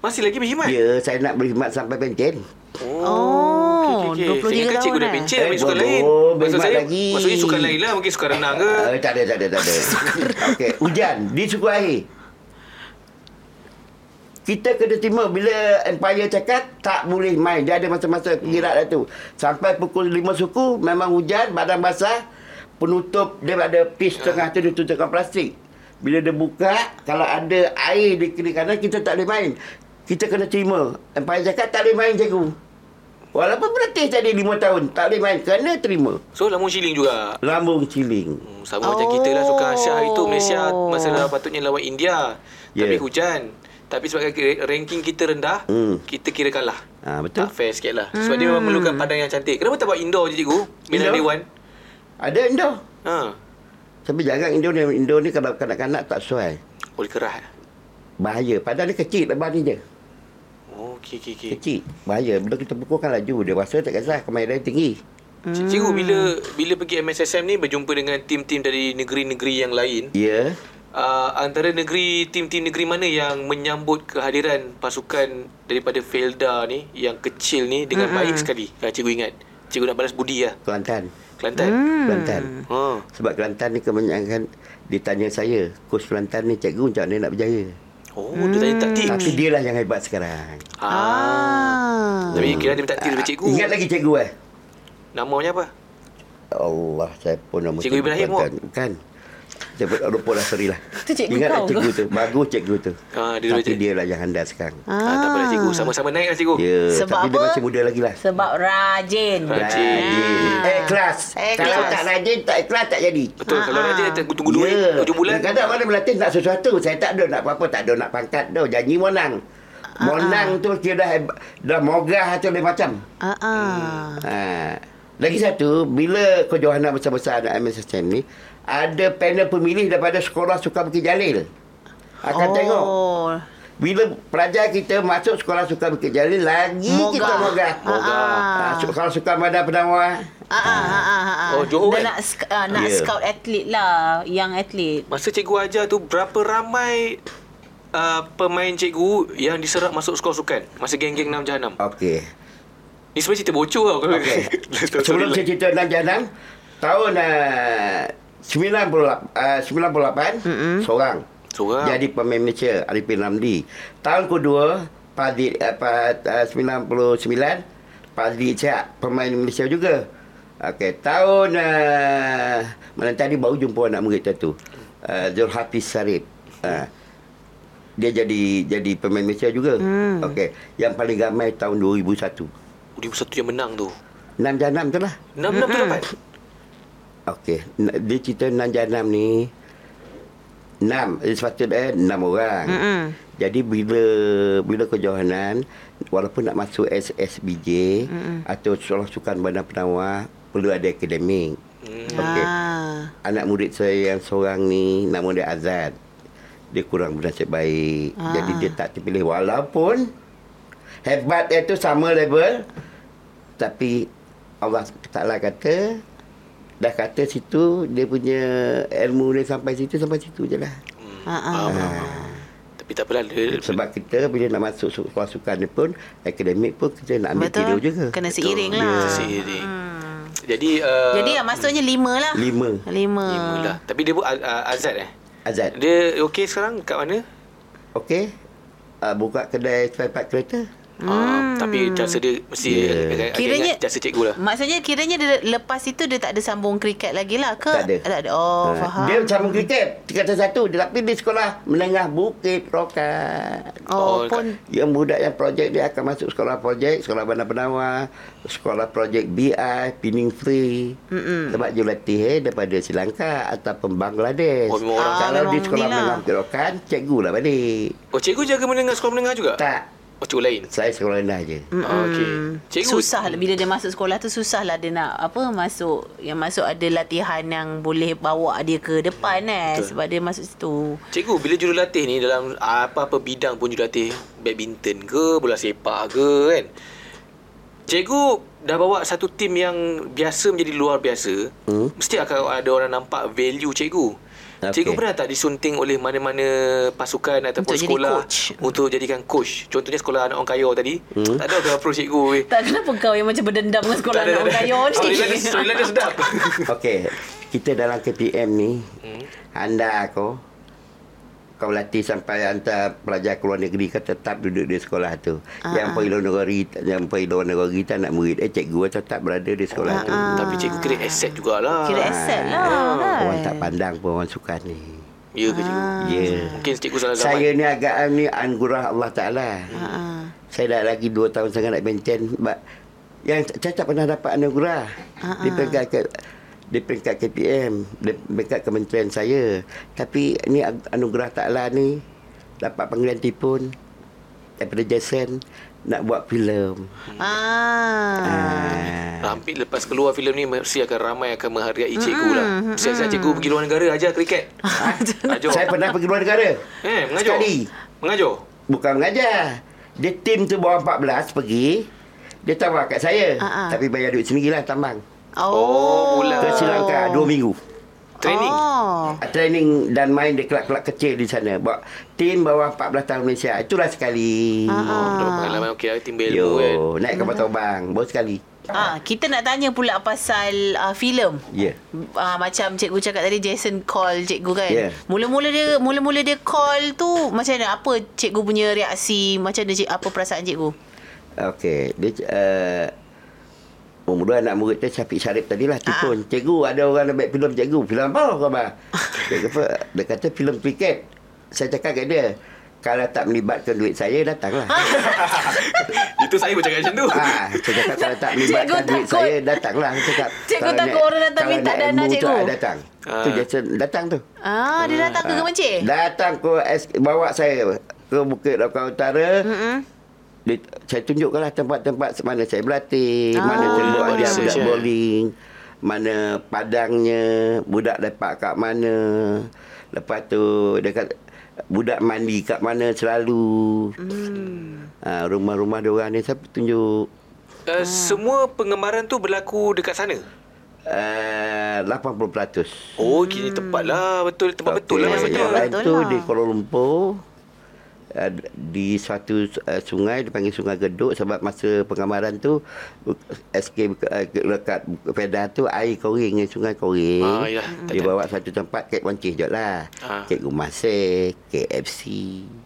Speaker 2: masih lagi berkhidmat
Speaker 3: Ya, saya nak berkhidmat sampai pencen.
Speaker 1: Oh, 23
Speaker 2: okey, okey, okey. Saya ingat
Speaker 1: tahun
Speaker 2: cikgu dah
Speaker 1: eh.
Speaker 2: pencin
Speaker 3: Eh,
Speaker 2: ambil sukan
Speaker 3: bodoh,
Speaker 2: lain. Maksud
Speaker 3: berkhidmat
Speaker 2: saya,
Speaker 3: lagi.
Speaker 2: maksudnya sukan lain lah. Mungkin sukan renang ke.
Speaker 3: Uh, tak ada, tak ada, tak ada. Okey, hujan di Suku Akhir. Kita kena terima bila Empire cakap tak boleh main. Dia ada masa-masa pengirat dah tu. Sampai pukul 5 suku memang hujan, badan basah. Penutup dia ada pis tengah tu dia tutup dengan plastik. Bila dia buka, kalau ada air di kiri kanan kita tak boleh main. Kita kena terima. Empire cakap tak boleh main cikgu. Walaupun berlatih tadi 5 tahun, tak boleh main. Kena terima.
Speaker 2: So, lambung siling juga.
Speaker 3: Lambung ciling.
Speaker 2: Hmm, sama macam
Speaker 1: Oh.
Speaker 2: kita lah sukan Asia hari tu Malaysia masa dah patutnya lawan India.
Speaker 3: Ya.
Speaker 2: Tapi hujan. Tapi sebab kira- ranking kita rendah,
Speaker 3: Hmm.
Speaker 2: kita kira kalah.
Speaker 3: Ah betul.
Speaker 2: Tak fair sikit lah. Sebab
Speaker 1: Hmm.
Speaker 2: dia memang memerlukan padang yang cantik. Kenapa tak buat indoor je cikgu? Bila
Speaker 3: Indoor?
Speaker 2: dewan.
Speaker 3: Ada Indo.
Speaker 2: Ha.
Speaker 3: Tapi jarang Indo ni Indo ni kalau kanak-kanak tak sesuai.
Speaker 2: Boleh kerah.
Speaker 3: Bahaya. Padahal dia kecil lebar ni je.
Speaker 2: Oh, okey, okey, okey.
Speaker 3: Kecil. Bahaya. Bila kita pukul kan laju dia rasa tak kisah kemahiran dia tinggi.
Speaker 2: Cik- Cikgu,
Speaker 3: Hmm.
Speaker 2: bila bila pergi MSSM ni berjumpa dengan tim-tim dari negeri-negeri yang lain,
Speaker 3: Ya.
Speaker 2: uh, antara negeri tim-tim negeri mana yang menyambut kehadiran pasukan daripada Felda ni yang kecil ni dengan
Speaker 3: Hmm,
Speaker 2: mm-hmm. baik sekali. Kalau cikgu ingat. Cikgu nak balas budi lah.
Speaker 3: Kelantan. Hmm.
Speaker 2: Kelantan.
Speaker 1: Hmm.
Speaker 3: Kelantan.
Speaker 2: Mm. Ha.
Speaker 3: Sebab Kelantan ni kebanyakan ditanya saya, coach Kelantan ni cikgu macam mana nak berjaya.
Speaker 2: Oh, dia tanya taktik.
Speaker 3: Tapi dia lah yang hebat sekarang.
Speaker 2: Ah.
Speaker 1: Ah.
Speaker 2: Tapi kira dia taktik daripada cikgu.
Speaker 3: Hmm. Ingat lagi cikgu eh?
Speaker 2: Namanya apa?
Speaker 3: Allah saya pun nama
Speaker 2: Cikgu Ibrahim,
Speaker 3: Kelantan. Kan? Saya pun lupa dah sorry lah.
Speaker 1: Tu cikgu
Speaker 3: Ingat lah
Speaker 1: kau
Speaker 3: cikgu
Speaker 1: ke?
Speaker 3: tu. Bagus cikgu tu.
Speaker 2: Ah, dia
Speaker 3: Tapi
Speaker 2: daripada-
Speaker 3: dia lah yang handal sekarang.
Speaker 2: Ah. tak apalah cikgu. Sama-sama naik lah cikgu.
Speaker 3: Ya,
Speaker 1: Sebab
Speaker 3: tapi dia
Speaker 1: apa?
Speaker 3: masih muda lagi lah.
Speaker 1: Sebab rajin.
Speaker 2: Rajin.
Speaker 1: Ah.
Speaker 3: Eh, kelas.
Speaker 1: Eh,
Speaker 3: Kalau
Speaker 1: kelas.
Speaker 3: tak rajin, tak ikhlas, tak jadi.
Speaker 2: Betul. Kalau
Speaker 1: Ah,
Speaker 2: rajin,
Speaker 1: ah.
Speaker 2: dia tunggu
Speaker 3: Ya.
Speaker 2: duit. Tujuh bulan.
Speaker 3: Kadang-kadang orang berlatih nak sesuatu. Saya tak ada nak apa-apa. Tak ada nak pangkat. Dah, janji monang.
Speaker 1: Ah,
Speaker 3: Monang tu dia dah, hebat- dah mogah atau lain macam.
Speaker 1: Ah ah.
Speaker 3: Ha. Lagi satu, bila kejohanan besar-besar anak MSSM ni,
Speaker 1: Oh.
Speaker 3: ada panel pemilih daripada sekolah Sukabumi Jalil. Akan tengok. bila pelajar kita masuk sekolah suka bekerja ni lagi
Speaker 1: Mogah.
Speaker 3: kita mogah.
Speaker 1: Mogah.
Speaker 3: Ah, so, kalau suka pada pedang wah.
Speaker 1: Ah, ah, ah, ah, ah.
Speaker 2: Oh, Johor
Speaker 1: Dia
Speaker 2: kan?
Speaker 1: nak, sk- ah, nak
Speaker 3: Ya.
Speaker 1: yeah. scout atlet lah, young atlet.
Speaker 2: Masa cikgu ajar tu berapa ramai uh, pemain cikgu yang diserap masuk skor sukan masa geng-geng 6 jahanam.
Speaker 3: Okey.
Speaker 2: Ni sebenarnya cerita bocor tau kalau.
Speaker 3: Okey. Sebelum
Speaker 2: Sebelum
Speaker 3: saya cerita tentang Janang, tahun uh, 98, uh, 98 seorang.
Speaker 2: Seorang.
Speaker 3: Jadi pemain Malaysia Arifin Ramli. Tahun kedua Padid uh, pad, uh, 99 Padid Cak pemain Malaysia juga. Okey, tahun uh, malam tadi baru jumpa anak murid saya tu. Uh, Zul Hafiz Sarip. Uh, dia jadi jadi pemain Malaysia juga. Hmm. Okey, yang paling ramai tahun 2001.
Speaker 2: dia satu yang menang tu.
Speaker 3: 6 janam tu lah.
Speaker 2: 6 6 tu dapat.
Speaker 3: Okey, na- dia cerita enam janam ni enam eh, sepatut eh enam orang.
Speaker 1: Hmm,
Speaker 3: Mm-hmm. Jadi bila bila kejohanan walaupun nak masuk SSBJ mm-hmm. atau sekolah sukan bandar penawar perlu ada akademik. Mm. Okey.
Speaker 1: Ah.
Speaker 3: Anak murid saya yang seorang ni nama dia Azad. Dia kurang bernasib baik.
Speaker 1: Ah.
Speaker 3: Jadi dia tak terpilih walaupun hebat dia tu sama level tapi Allah Taala kata dah kata situ dia punya ilmu dia sampai situ sampai situ je lah.
Speaker 1: Ah, ah.
Speaker 2: Tapi tak apalah dia
Speaker 3: Sebab kita bila nak masuk su- sekolah sukan ni pun akademik pun kita nak ambil
Speaker 1: Betul.
Speaker 3: tidur juga.
Speaker 1: Kena
Speaker 2: Betul.
Speaker 1: seiring
Speaker 2: Dia
Speaker 1: lah.
Speaker 2: Seiring. Jadi uh,
Speaker 1: Jadi ah, maksudnya lima lah.
Speaker 3: Lima.
Speaker 1: Lima.
Speaker 2: lima lah. Tapi dia pun uh, Azad eh.
Speaker 3: Azad.
Speaker 2: Dia okey sekarang kat mana?
Speaker 3: Okey. Uh, buka kedai spare part kereta.
Speaker 2: Hmm. tapi jasa dia mesti yeah.
Speaker 1: Kiranya Hmm.
Speaker 2: jasa cikgu lah.
Speaker 1: Maksudnya kiranya dia, lepas itu dia tak ada sambung kriket lagi lah ke?
Speaker 3: Tak ada.
Speaker 1: Tak ada. Oh,
Speaker 3: Ah,
Speaker 1: faham.
Speaker 3: Dia macam kriket Tingkatan satu dia- Tapi di sekolah Menengah Bukit Rokan
Speaker 1: Oh,
Speaker 2: Oh,
Speaker 1: pun
Speaker 3: Yang budak yang projek Dia akan masuk sekolah projek Sekolah bandar penawar Sekolah projek BI Pinning Free Mm-mm. Sebab dia latih eh, Daripada Sri Lanka Ataupun Bangladesh
Speaker 2: Oh, memang orang-
Speaker 3: Kalau
Speaker 1: Ah,
Speaker 3: di
Speaker 1: memang ni
Speaker 3: sekolah
Speaker 1: lah.
Speaker 3: menengah Bukit Rokan Cikgu lah balik
Speaker 2: Oh cikgu jaga menengah sekolah menengah juga?
Speaker 3: Tak
Speaker 2: Oh cikgu lain.
Speaker 3: Saya sekolah rendah je
Speaker 2: Mm-mm. Ah, Okey. Cikgu
Speaker 1: Susah lah. bila dia masuk sekolah tu susah lah dia nak apa masuk yang masuk ada latihan yang boleh bawa dia ke depan eh
Speaker 2: Betul.
Speaker 1: sebab dia masuk situ.
Speaker 2: Cikgu, bila jurulatih ni dalam ah, apa-apa bidang pun jurulatih, badminton ke, bola sepak ke kan. Cikgu dah bawa satu tim yang biasa menjadi luar biasa, hmm? mesti akan ada orang nampak value cikgu. Okay.
Speaker 3: Okey.
Speaker 2: Cikgu pernah tak disunting oleh mana-mana pasukan ataupun
Speaker 1: Untuk jadi
Speaker 2: sekolah
Speaker 1: coach.
Speaker 2: untuk jadikan coach? Contohnya sekolah anak orang kaya tadi, hmm? tak ada orang approach cikgu Eh, weh.
Speaker 1: Tak kenapa kau yang macam berdendam dengan sekolah anak orang kaya ni?
Speaker 2: Storyline dia- storyline dia sedap.
Speaker 3: Okey, kita dalam KPM ni hmm. anda aku kau latih sampai hantar pelajar ke luar negeri kau tetap duduk di sekolah tu. Uh-huh. Yang pergi luar negeri, yang pergi luar negeri tak nak murid eh cikgu tetap berada di sekolah
Speaker 2: Ah,
Speaker 3: uh-huh. tu.
Speaker 2: Tapi cikgu kira asset jugalah.
Speaker 1: Kira aset lah kan.
Speaker 3: Orang tak pandang pun orang suka ni.
Speaker 2: Ya ke cikgu?
Speaker 3: Ya.
Speaker 2: Mungkin cikgu salah zaman.
Speaker 3: Saya ni agak ah, ni anugerah Allah Taala.
Speaker 1: Ah.
Speaker 3: Saya dah lagi 2 tahun sangat nak benten sebab yang saya tak pernah dapat anugerah di peringkat ke, di peringkat KPM, di peringkat kementerian saya. Tapi ni ag- anugerah Taala ni dapat panggilan tipun daripada Jason nak buat filem.
Speaker 1: Ah.
Speaker 3: Ah.
Speaker 2: Hampir lepas keluar filem ni mesti akan ramai akan menghargai cikgu lah. Mesti mm, cikgu pergi luar negara ajar kriket.
Speaker 3: ya.
Speaker 1: Ah.
Speaker 2: Ajar.
Speaker 3: Saya pernah pergi luar negara.
Speaker 2: eh, mengajar.
Speaker 3: Sekali.
Speaker 2: Mengajar.
Speaker 3: Bukan mengajar. Dia tim tu bawah 14 pergi. Dia tawar kat saya.
Speaker 1: Ah, ah.
Speaker 3: Tapi bayar duit sendirilah tambang.
Speaker 2: Oh,
Speaker 1: Oh.
Speaker 2: pula.
Speaker 3: Ke Sri Lanka 2 minggu.
Speaker 2: Training.
Speaker 1: Oh.
Speaker 3: Training dan main di kelab-kelab kecil di sana. Bawa tim bawah 14 tahun Malaysia. Itulah sekali.
Speaker 2: Oh, dapat pengalaman okey lah timbel
Speaker 3: Yo,
Speaker 2: ilmu kan.
Speaker 3: naik kapal terbang. Baru sekali.
Speaker 1: Ah, kita nak tanya pula pasal uh, filem.
Speaker 3: Ya. Yeah.
Speaker 1: Ah, macam cikgu cakap tadi Jason call cikgu kan.
Speaker 3: Ya.
Speaker 1: Mula-mula dia mula-mula dia call tu macam mana apa cikgu punya reaksi macam mana cik, apa perasaan cikgu?
Speaker 3: Okey, dia uh, Umur anak murid dia Syafiq Syarif tadi lah Tipun Cikgu ada orang nak buat filem cikgu Filem apa kau abang Dia kata, dia kata filem kriket Saya cakap kat dia Kalau tak melibatkan duit saya Datanglah
Speaker 2: Itu saya pun cakap macam tu.
Speaker 3: Ah, saya cakap kalau tak melibatkan
Speaker 1: Cikgu
Speaker 3: duit
Speaker 1: takut.
Speaker 3: saya datanglah Saya cakap.
Speaker 1: Cikgu
Speaker 3: kalau
Speaker 1: takut
Speaker 3: nak-
Speaker 1: orang datang
Speaker 3: kalau
Speaker 1: minta
Speaker 3: nak
Speaker 1: dana,
Speaker 3: ilmu tu,
Speaker 1: cikgu.
Speaker 3: ah, datang.
Speaker 2: Ah.
Speaker 3: Tu Jason datang tu.
Speaker 1: Ah, dia datang ke kemancik?
Speaker 3: Datang ke es, bawa saya ke Bukit Lokal Utara. Mm-hmm. Dia, saya tunjukkanlah tempat-tempat mana saya berlatih, ah. mana saya
Speaker 2: Oh,
Speaker 3: buat ajar
Speaker 2: research,
Speaker 3: budak
Speaker 2: eh.
Speaker 3: bowling, mana padangnya, budak lepak kat mana. Lepas tu dia kata budak mandi kat mana selalu. Hmm. Ha, rumah-rumah dia orang ni siapa tunjuk
Speaker 2: Uh, Semua pengemaran tu berlaku dekat sana?
Speaker 3: uh, 80%.
Speaker 2: Oh, kini tempat lah. Betul, tempat betul lah
Speaker 3: Yang-
Speaker 2: maksudnya.
Speaker 3: Yang lain
Speaker 1: Betul
Speaker 3: tu
Speaker 1: lah.
Speaker 3: di Kuala Lumpur uh, di satu uh, sungai dipanggil Sungai Geduk sebab masa pengamaran tu bu- SK buka- uh, dekat Fedah tu air koring ni sungai koring.
Speaker 2: Ah, yalah.
Speaker 3: Dia bawa satu tempat kek wancih je lah.
Speaker 2: Ah.
Speaker 3: Kek Gumasek, KFC,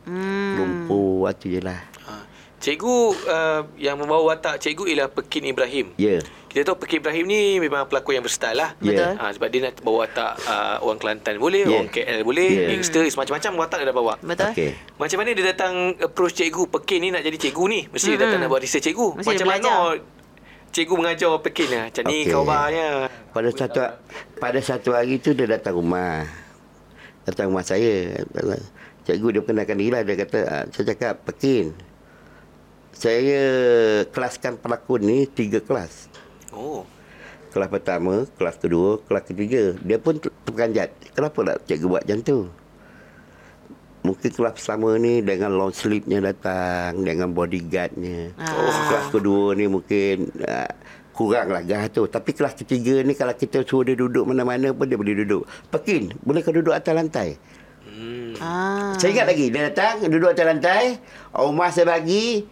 Speaker 1: Hmm.
Speaker 3: Lumpur tu je lah.
Speaker 2: Ha. Cikgu uh, yang membawa watak cikgu ialah Pekin Ibrahim.
Speaker 3: Ya.
Speaker 2: Kita tahu Pekin Ibrahim ni memang pelakon yang berstyle lah.
Speaker 3: Ya. Betul.
Speaker 2: Ha, sebab dia nak bawa watak uh, orang Kelantan boleh,
Speaker 3: Ya.
Speaker 2: orang KL boleh,
Speaker 3: Ya.
Speaker 2: gangster, macam-macam watak dia dah bawa.
Speaker 1: Betul?
Speaker 3: Okey.
Speaker 2: Macam mana dia datang approach cikgu Pekin ni nak jadi cikgu ni? Mesti dia datang nak buat research cikgu.
Speaker 1: Mesti dia
Speaker 2: macam mana
Speaker 1: belajar.
Speaker 2: cikgu mengajar Pekin lah. Macam ni
Speaker 3: Okey.
Speaker 2: khabarnya.
Speaker 3: Pada satu ha- pada satu hari tu dia datang rumah. Datang rumah saya. Cikgu dia perkenalkan diri lah. Dia kata, "Ah, saya cakap, Pekin. Saya kelaskan pelakon ni tiga kelas.
Speaker 2: Oh.
Speaker 3: Kelas pertama, kelas kedua, kelas ketiga. Dia pun ter- terperanjat. Kenapa lah cikgu buat macam tu? Mungkin kelas pertama ni dengan long sleeve-nya datang, dengan bodyguard-nya. Oh,
Speaker 1: Ah.
Speaker 3: Kelas kedua ni mungkin uh, kurang lah gah tu. Tapi kelas ketiga ni kalau kita suruh dia duduk mana-mana pun dia boleh duduk. Pekin, boleh kau duduk atas lantai?
Speaker 1: Ah.
Speaker 3: Saya ingat lagi, dia datang, duduk atas lantai, rumah saya bagi,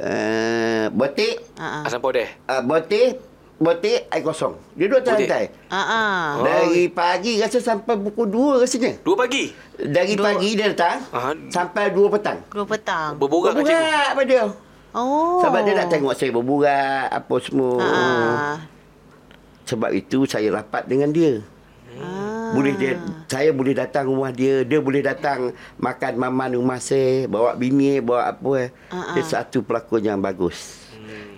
Speaker 3: uh, botik,
Speaker 1: Ah. ah.
Speaker 2: Asam podeh.
Speaker 3: uh, botik, botik air kosong. Dia duduk atas
Speaker 2: Botik.
Speaker 3: lantai.
Speaker 1: Ah. ah.
Speaker 2: Oh.
Speaker 3: Dari pagi rasa sampai pukul 2 rasanya.
Speaker 2: Dua pagi.
Speaker 3: Dari
Speaker 1: Dua- Ah.
Speaker 3: pagi dia datang
Speaker 2: Aha.
Speaker 3: sampai 2 petang.
Speaker 1: Dua petang.
Speaker 2: Berborak kat cikgu.
Speaker 3: Berburak pada dia.
Speaker 1: Oh.
Speaker 3: Sebab dia nak tengok saya berburak apa semua.
Speaker 1: Ah.
Speaker 3: Sebab itu saya rapat dengan dia.
Speaker 1: Ah.
Speaker 3: Boleh dia saya boleh datang rumah dia, dia boleh datang makan maman rumah saya, bawa bini, bawa apa. eh.
Speaker 1: Ah, Hmm.
Speaker 3: Dia
Speaker 1: ah.
Speaker 3: satu pelakon yang bagus.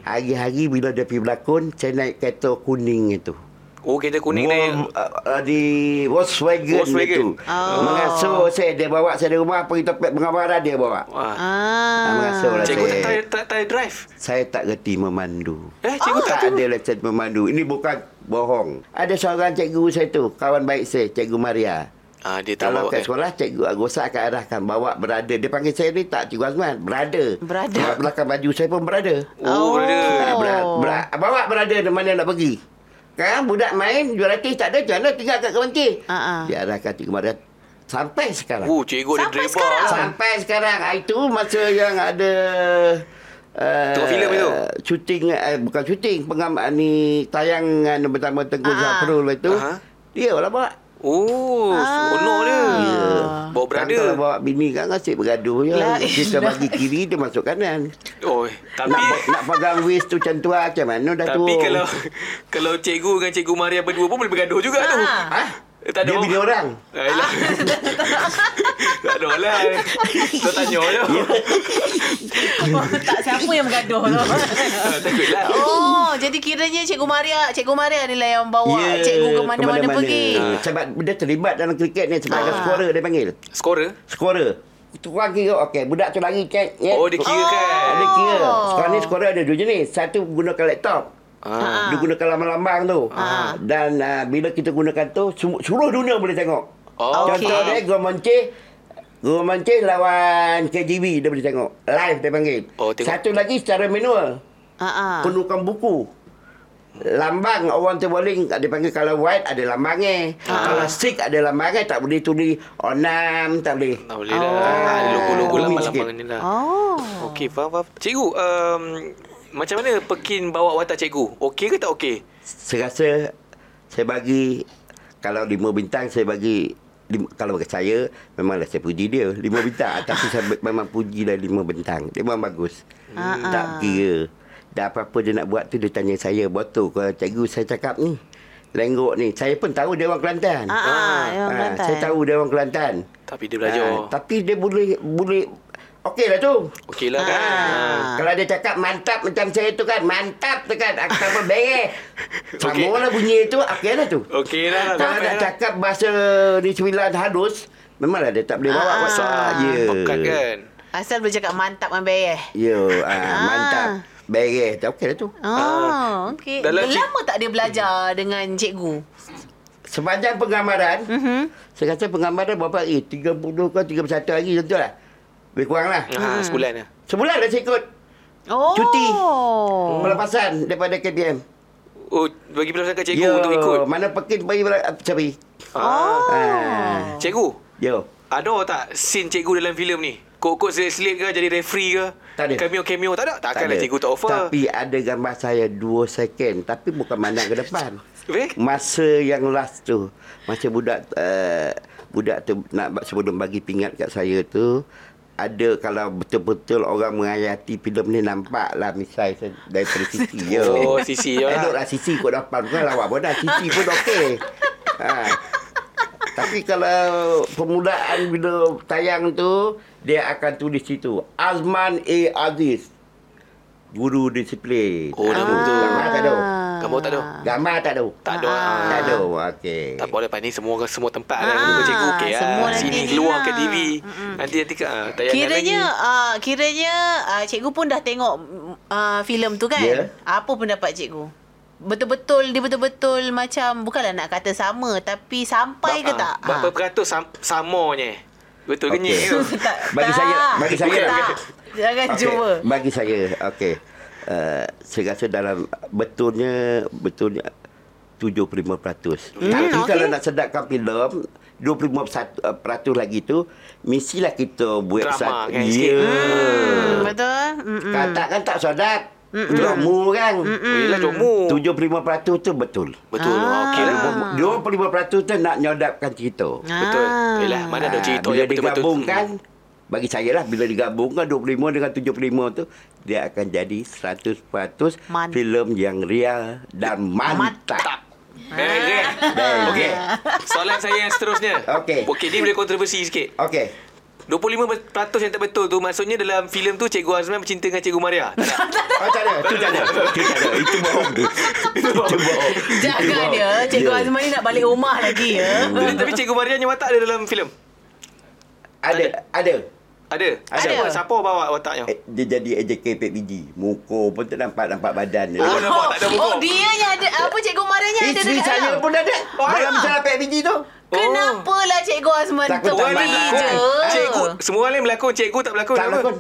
Speaker 3: Hari-hari bila dia pergi berlakon, saya naik kereta kuning itu.
Speaker 2: Oh, kereta kuning
Speaker 3: Wol-
Speaker 2: ni.
Speaker 3: uh, uh, di Volkswagen,
Speaker 2: Volkswagen.
Speaker 3: itu.
Speaker 1: Oh.
Speaker 3: Mengasuh saya dia bawa saya dari rumah pergi topik pengamaran dia bawa.
Speaker 1: Ah.
Speaker 2: Wah.
Speaker 3: Ah, mengasuh lah
Speaker 2: Cikgu tak
Speaker 3: saya.
Speaker 2: try, tak try drive.
Speaker 3: Saya tak reti memandu.
Speaker 2: Eh,
Speaker 1: Oh.
Speaker 2: cikgu tak.
Speaker 3: Tak ada lesen memandu. Ini bukan bohong. Ada seorang cikgu saya tu, kawan baik saya, cikgu Maria.
Speaker 2: Ah, dia tak
Speaker 3: Kalau
Speaker 2: bawa.
Speaker 3: kat
Speaker 2: eh.
Speaker 3: sekolah, cikgu Agosa akan arahkan bawa berada. Dia panggil saya ni tak cikgu Azman, berada.
Speaker 1: Berada.
Speaker 3: Sebab belakang baju saya pun berada.
Speaker 2: Oh, brother.
Speaker 3: Ah, Ber, ber, bawa berada di mana nak pergi. Kan budak main jual reti tak ada jangan tinggal kat Kementerian.
Speaker 1: Ah, ah.
Speaker 3: Dia arahkan cikgu Maria sampai sekarang.
Speaker 2: Oh, cikgu ada
Speaker 1: Sampai
Speaker 2: driver.
Speaker 1: sekarang?
Speaker 2: lah.
Speaker 3: Sampai sekarang Ah, Itu masa yang ada Uh,
Speaker 2: Tengok filem itu?
Speaker 3: Shooting uh, Bukan shooting pengam, ah, ni eh, Tayangan bersama Tengku
Speaker 1: Ah.
Speaker 3: Zafrul itu
Speaker 2: Aha.
Speaker 3: Dia lah bawa
Speaker 2: Oh, seronok dia.
Speaker 1: Ya.
Speaker 2: Bawa
Speaker 3: Kan
Speaker 2: brother.
Speaker 3: Kalau bawa bini kan Asyik bergaduh je
Speaker 1: Lah,
Speaker 3: Kita
Speaker 1: ilah.
Speaker 3: bagi kiri Dia masuk kanan
Speaker 2: Oh, tapi
Speaker 3: Nak pegang waist tu macam tu ah, Macam mana dah tu
Speaker 2: tapi kalau kalau cikgu dengan cikgu Maria berdua pun boleh bergaduh juga tu.
Speaker 1: Ah.
Speaker 3: ha?
Speaker 2: Eh, tak ada
Speaker 3: Dia
Speaker 2: orang.
Speaker 3: bini orang
Speaker 2: Alah. tak ada lah. Kau tanya je.
Speaker 3: Ya.
Speaker 1: Oh, tak siapa yang bergaduh tu.
Speaker 2: Ah, Takutlah.
Speaker 1: Oh, jadi kiranya Cikgu Maria, Cikgu Maria adalah yang bawa
Speaker 3: Ya,
Speaker 1: cikgu ke mana-mana pergi. Ah.
Speaker 3: Ah. Sebab dia terlibat dalam kriket ni Sebagai scorer dia panggil
Speaker 2: Skorer.
Speaker 3: Scorer Itu orang kira Okey budak tu lari check yeah.
Speaker 2: Oh, dia kira
Speaker 3: Ah,
Speaker 2: kan.
Speaker 3: Dia kira
Speaker 1: Oh.
Speaker 3: Sekarang ni scorer ada dua jenis Satu gunakan laptop
Speaker 2: Ah.
Speaker 3: Dia gunakan lambang-lambang tu
Speaker 1: Ah.
Speaker 3: Dan uh, bila kita gunakan tu semu- Seluruh dunia boleh tengok
Speaker 2: Oh.
Speaker 3: Contoh
Speaker 1: Okey.
Speaker 3: dia Gomonce Gomonce lawan KGB Dia boleh tengok Live dia panggil
Speaker 2: Oh, tengok.
Speaker 3: Satu lagi secara manual
Speaker 1: Ha ah.
Speaker 3: Penuhkan buku Lambang orang tu bowling Dia panggil kalau white ada lambangnya
Speaker 1: Ah.
Speaker 3: Kalau stick ada lambangnya Tak boleh tulis Onam tak boleh
Speaker 2: Tak boleh lah. Ada Logo-logo
Speaker 3: Bumi
Speaker 2: lambang-lambang
Speaker 3: sikit.
Speaker 2: ni lah.
Speaker 1: Oh.
Speaker 2: Okey, faham, faham. Cikgu, um, macam mana Pekin bawa watak cikgu? Okey ke tak okey?
Speaker 3: Saya rasa saya bagi kalau lima bintang saya bagi lim, kalau bagi saya memanglah saya puji dia lima bintang tapi saya be- memang puji lah lima bintang dia memang bagus
Speaker 1: Ah,
Speaker 3: hmm. tak kira dah apa-apa dia nak buat tu dia tanya saya botol kalau cikgu saya cakap ni lenggok ni saya pun tahu dia orang Kelantan
Speaker 1: Ha ah, yang
Speaker 3: Ah,
Speaker 1: Kelantan.
Speaker 3: saya tahu dia orang Kelantan
Speaker 2: Tapi dia belajar.
Speaker 3: Ah, tapi dia boleh boleh okey lah tu
Speaker 2: Okey lah kan. Ah.
Speaker 3: Ha. Kalau dia cakap mantap macam saya tu kan Mantap tu kan Aku tak apa bengek
Speaker 2: Okey.
Speaker 3: Sama lah bunyi tu Okey lah tu
Speaker 2: Okey lah. Okey
Speaker 3: Kalau dia
Speaker 2: lah.
Speaker 3: cakap bahasa di sembilan halus Memanglah dia tak boleh bawa
Speaker 1: Ah.
Speaker 3: bahasa Ya
Speaker 2: Pekat kan.
Speaker 1: Asal boleh cakap mantap kan, eh? dengan beyeh.
Speaker 3: Ya ah, Mantap
Speaker 1: Ah.
Speaker 3: Bengek Okey lah tu
Speaker 1: Oh, okey.
Speaker 3: lah,
Speaker 2: Dalam
Speaker 1: Lama tak dia belajar dengan cikgu?
Speaker 3: sepanjang penggambaran,
Speaker 2: Hmm?
Speaker 3: uh-huh. saya kata penggambaran berapa hari? 30 ke 31 hari contoh lah. Lebih kurang lah.
Speaker 2: Ha, sebulan lah.
Speaker 3: Sebulan dah saya ikut.
Speaker 1: Oh.
Speaker 3: Cuti. Pelepasan daripada KBM.
Speaker 2: Oh, bagi pilihan kat
Speaker 3: Ya.
Speaker 2: cikgu untuk ikut.
Speaker 3: Mana pekin bagi berapa? Sorry.
Speaker 2: Ah.
Speaker 3: Ah.
Speaker 2: Cikgu,
Speaker 3: Yo.
Speaker 2: ada tak scene cikgu dalam filem ni? Kok-kok selit-selit ke jadi referee ke?
Speaker 3: Tak ada.
Speaker 2: Cameo-cameo tak ada? Takkanlah
Speaker 3: ada.
Speaker 2: cikgu tak offer.
Speaker 3: Tapi ada gambar saya 2 second. Tapi bukan pandang ke depan.
Speaker 2: Weh?
Speaker 3: Masa yang last tu. Masa budak... Uh, budak tu nak ba- sebelum bagi pingat kat saya tu. Ada kalau betul-betul orang menghayati filem ni nampak lah misai se- daripada sisi je.
Speaker 2: Oh, sisi je lah.
Speaker 3: Eloklah sisi kot depan. Bukan lawak pun dah. Sisi pun okey. Ha. Tapi kalau permulaan bila tayang tu dia akan tulis situ Azman A Aziz guru disiplin. Ha.
Speaker 2: Oh, nama betul.
Speaker 3: Gambar tak ada.
Speaker 1: Ah.
Speaker 2: Kamu tak ada?
Speaker 3: Gambar tak ada.
Speaker 2: Tak ada. Ah.
Speaker 3: Tak ada. Okey.
Speaker 2: Tak apa lepas ni semua semua tempat ah,
Speaker 1: Ah,
Speaker 2: lah Jumpa cikgu okey lah.
Speaker 1: semua nanti
Speaker 2: Sini
Speaker 1: ni
Speaker 2: keluar
Speaker 1: lah.
Speaker 2: ke TV. Nanti nanti ke ah, tayangan lagi.
Speaker 1: Kiranya uh, kiranya uh, cikgu pun dah tengok uh, filem tu kan.
Speaker 3: Ya.
Speaker 1: Apa pendapat cikgu? Betul-betul dia betul-betul macam bukanlah nak kata sama tapi sampai ke
Speaker 2: Ah,
Speaker 1: tak?
Speaker 2: Berapa
Speaker 1: Ah.
Speaker 2: peratus sam- samanya? Betul
Speaker 3: Okey.
Speaker 2: okay. ke ni?
Speaker 1: tak,
Speaker 3: Bagi saya- bagi saya lah.
Speaker 1: tak. Jangan okay.
Speaker 3: Okey, Hmm.
Speaker 1: cuba.
Speaker 3: Bagi saya, okey. Uh, saya rasa dalam betulnya betulnya 75%. Hmm, Tapi
Speaker 1: okey.
Speaker 3: okay. kalau nak sedapkan filem 25% uh, peratus lagi tu mestilah kita buat
Speaker 2: Drama
Speaker 3: satu-
Speaker 2: kan,
Speaker 3: Ya.
Speaker 2: sikit.
Speaker 1: Hmm, betul? Mm-mm.
Speaker 3: Kata kan tak sedap. Cokmu kan.
Speaker 2: Oh, yelah cokmu.
Speaker 3: 75% tu betul.
Speaker 2: Betul. Ah. Okey lah.
Speaker 3: 25% tu nak nyodapkan cerita.
Speaker 2: Betul.
Speaker 1: Ah.
Speaker 2: Yelah, mana ada
Speaker 3: Ah,
Speaker 2: cerita
Speaker 3: bila kan?
Speaker 2: yang betul-betul.
Speaker 3: digabungkan bagi saya lah bila digabungkan 25 dengan 75 tu dia akan jadi 100%
Speaker 1: Man-
Speaker 3: filem yang ria dan mantap.
Speaker 2: Very good.
Speaker 1: Ah.
Speaker 3: Very
Speaker 2: Okey.
Speaker 3: good.
Speaker 2: Soalan saya yang seterusnya.
Speaker 3: Okey.
Speaker 2: Okey, ni boleh kontroversi sikit.
Speaker 3: Okey.
Speaker 2: 25% yang tak betul tu maksudnya dalam filem tu Cikgu Azman bercinta dengan Cikgu Maria. Tak nak?
Speaker 3: Oh, tak ada. Itu tak ada. Itu tak ada. Itu bohong. Itu bohong.
Speaker 1: Jaga dia. Cikgu
Speaker 3: Ya. Hmm.
Speaker 1: Azman ni nak balik rumah lagi ya.
Speaker 2: Tapi- Tapi Cikgu Maria ni watak ada dalam filem.
Speaker 3: Ada. Ada.
Speaker 2: Ada.
Speaker 3: Ada.
Speaker 2: Siapa siapa bawa wataknya?
Speaker 3: Eh, Dia jadi AJK PPG. Muka pun tak nampak-nampak badan dia.
Speaker 2: Oh, nampak tak ada muka.
Speaker 1: Oh, dia yang ada apa cikgu marahnya ada
Speaker 3: Isteri saya
Speaker 1: dalam.
Speaker 3: pun ada. Dalam
Speaker 1: Ah.
Speaker 3: cara PPG tu.
Speaker 1: Kenapalah cikgu Azman tu
Speaker 3: Takut tak
Speaker 2: Orang lain
Speaker 1: beli
Speaker 3: marah.
Speaker 1: je? Ah.
Speaker 2: berlakon. Cikgu, semua orang lain berlakon, cikgu tak berlakon.
Speaker 3: Tak
Speaker 2: kenapa?
Speaker 3: berlakon.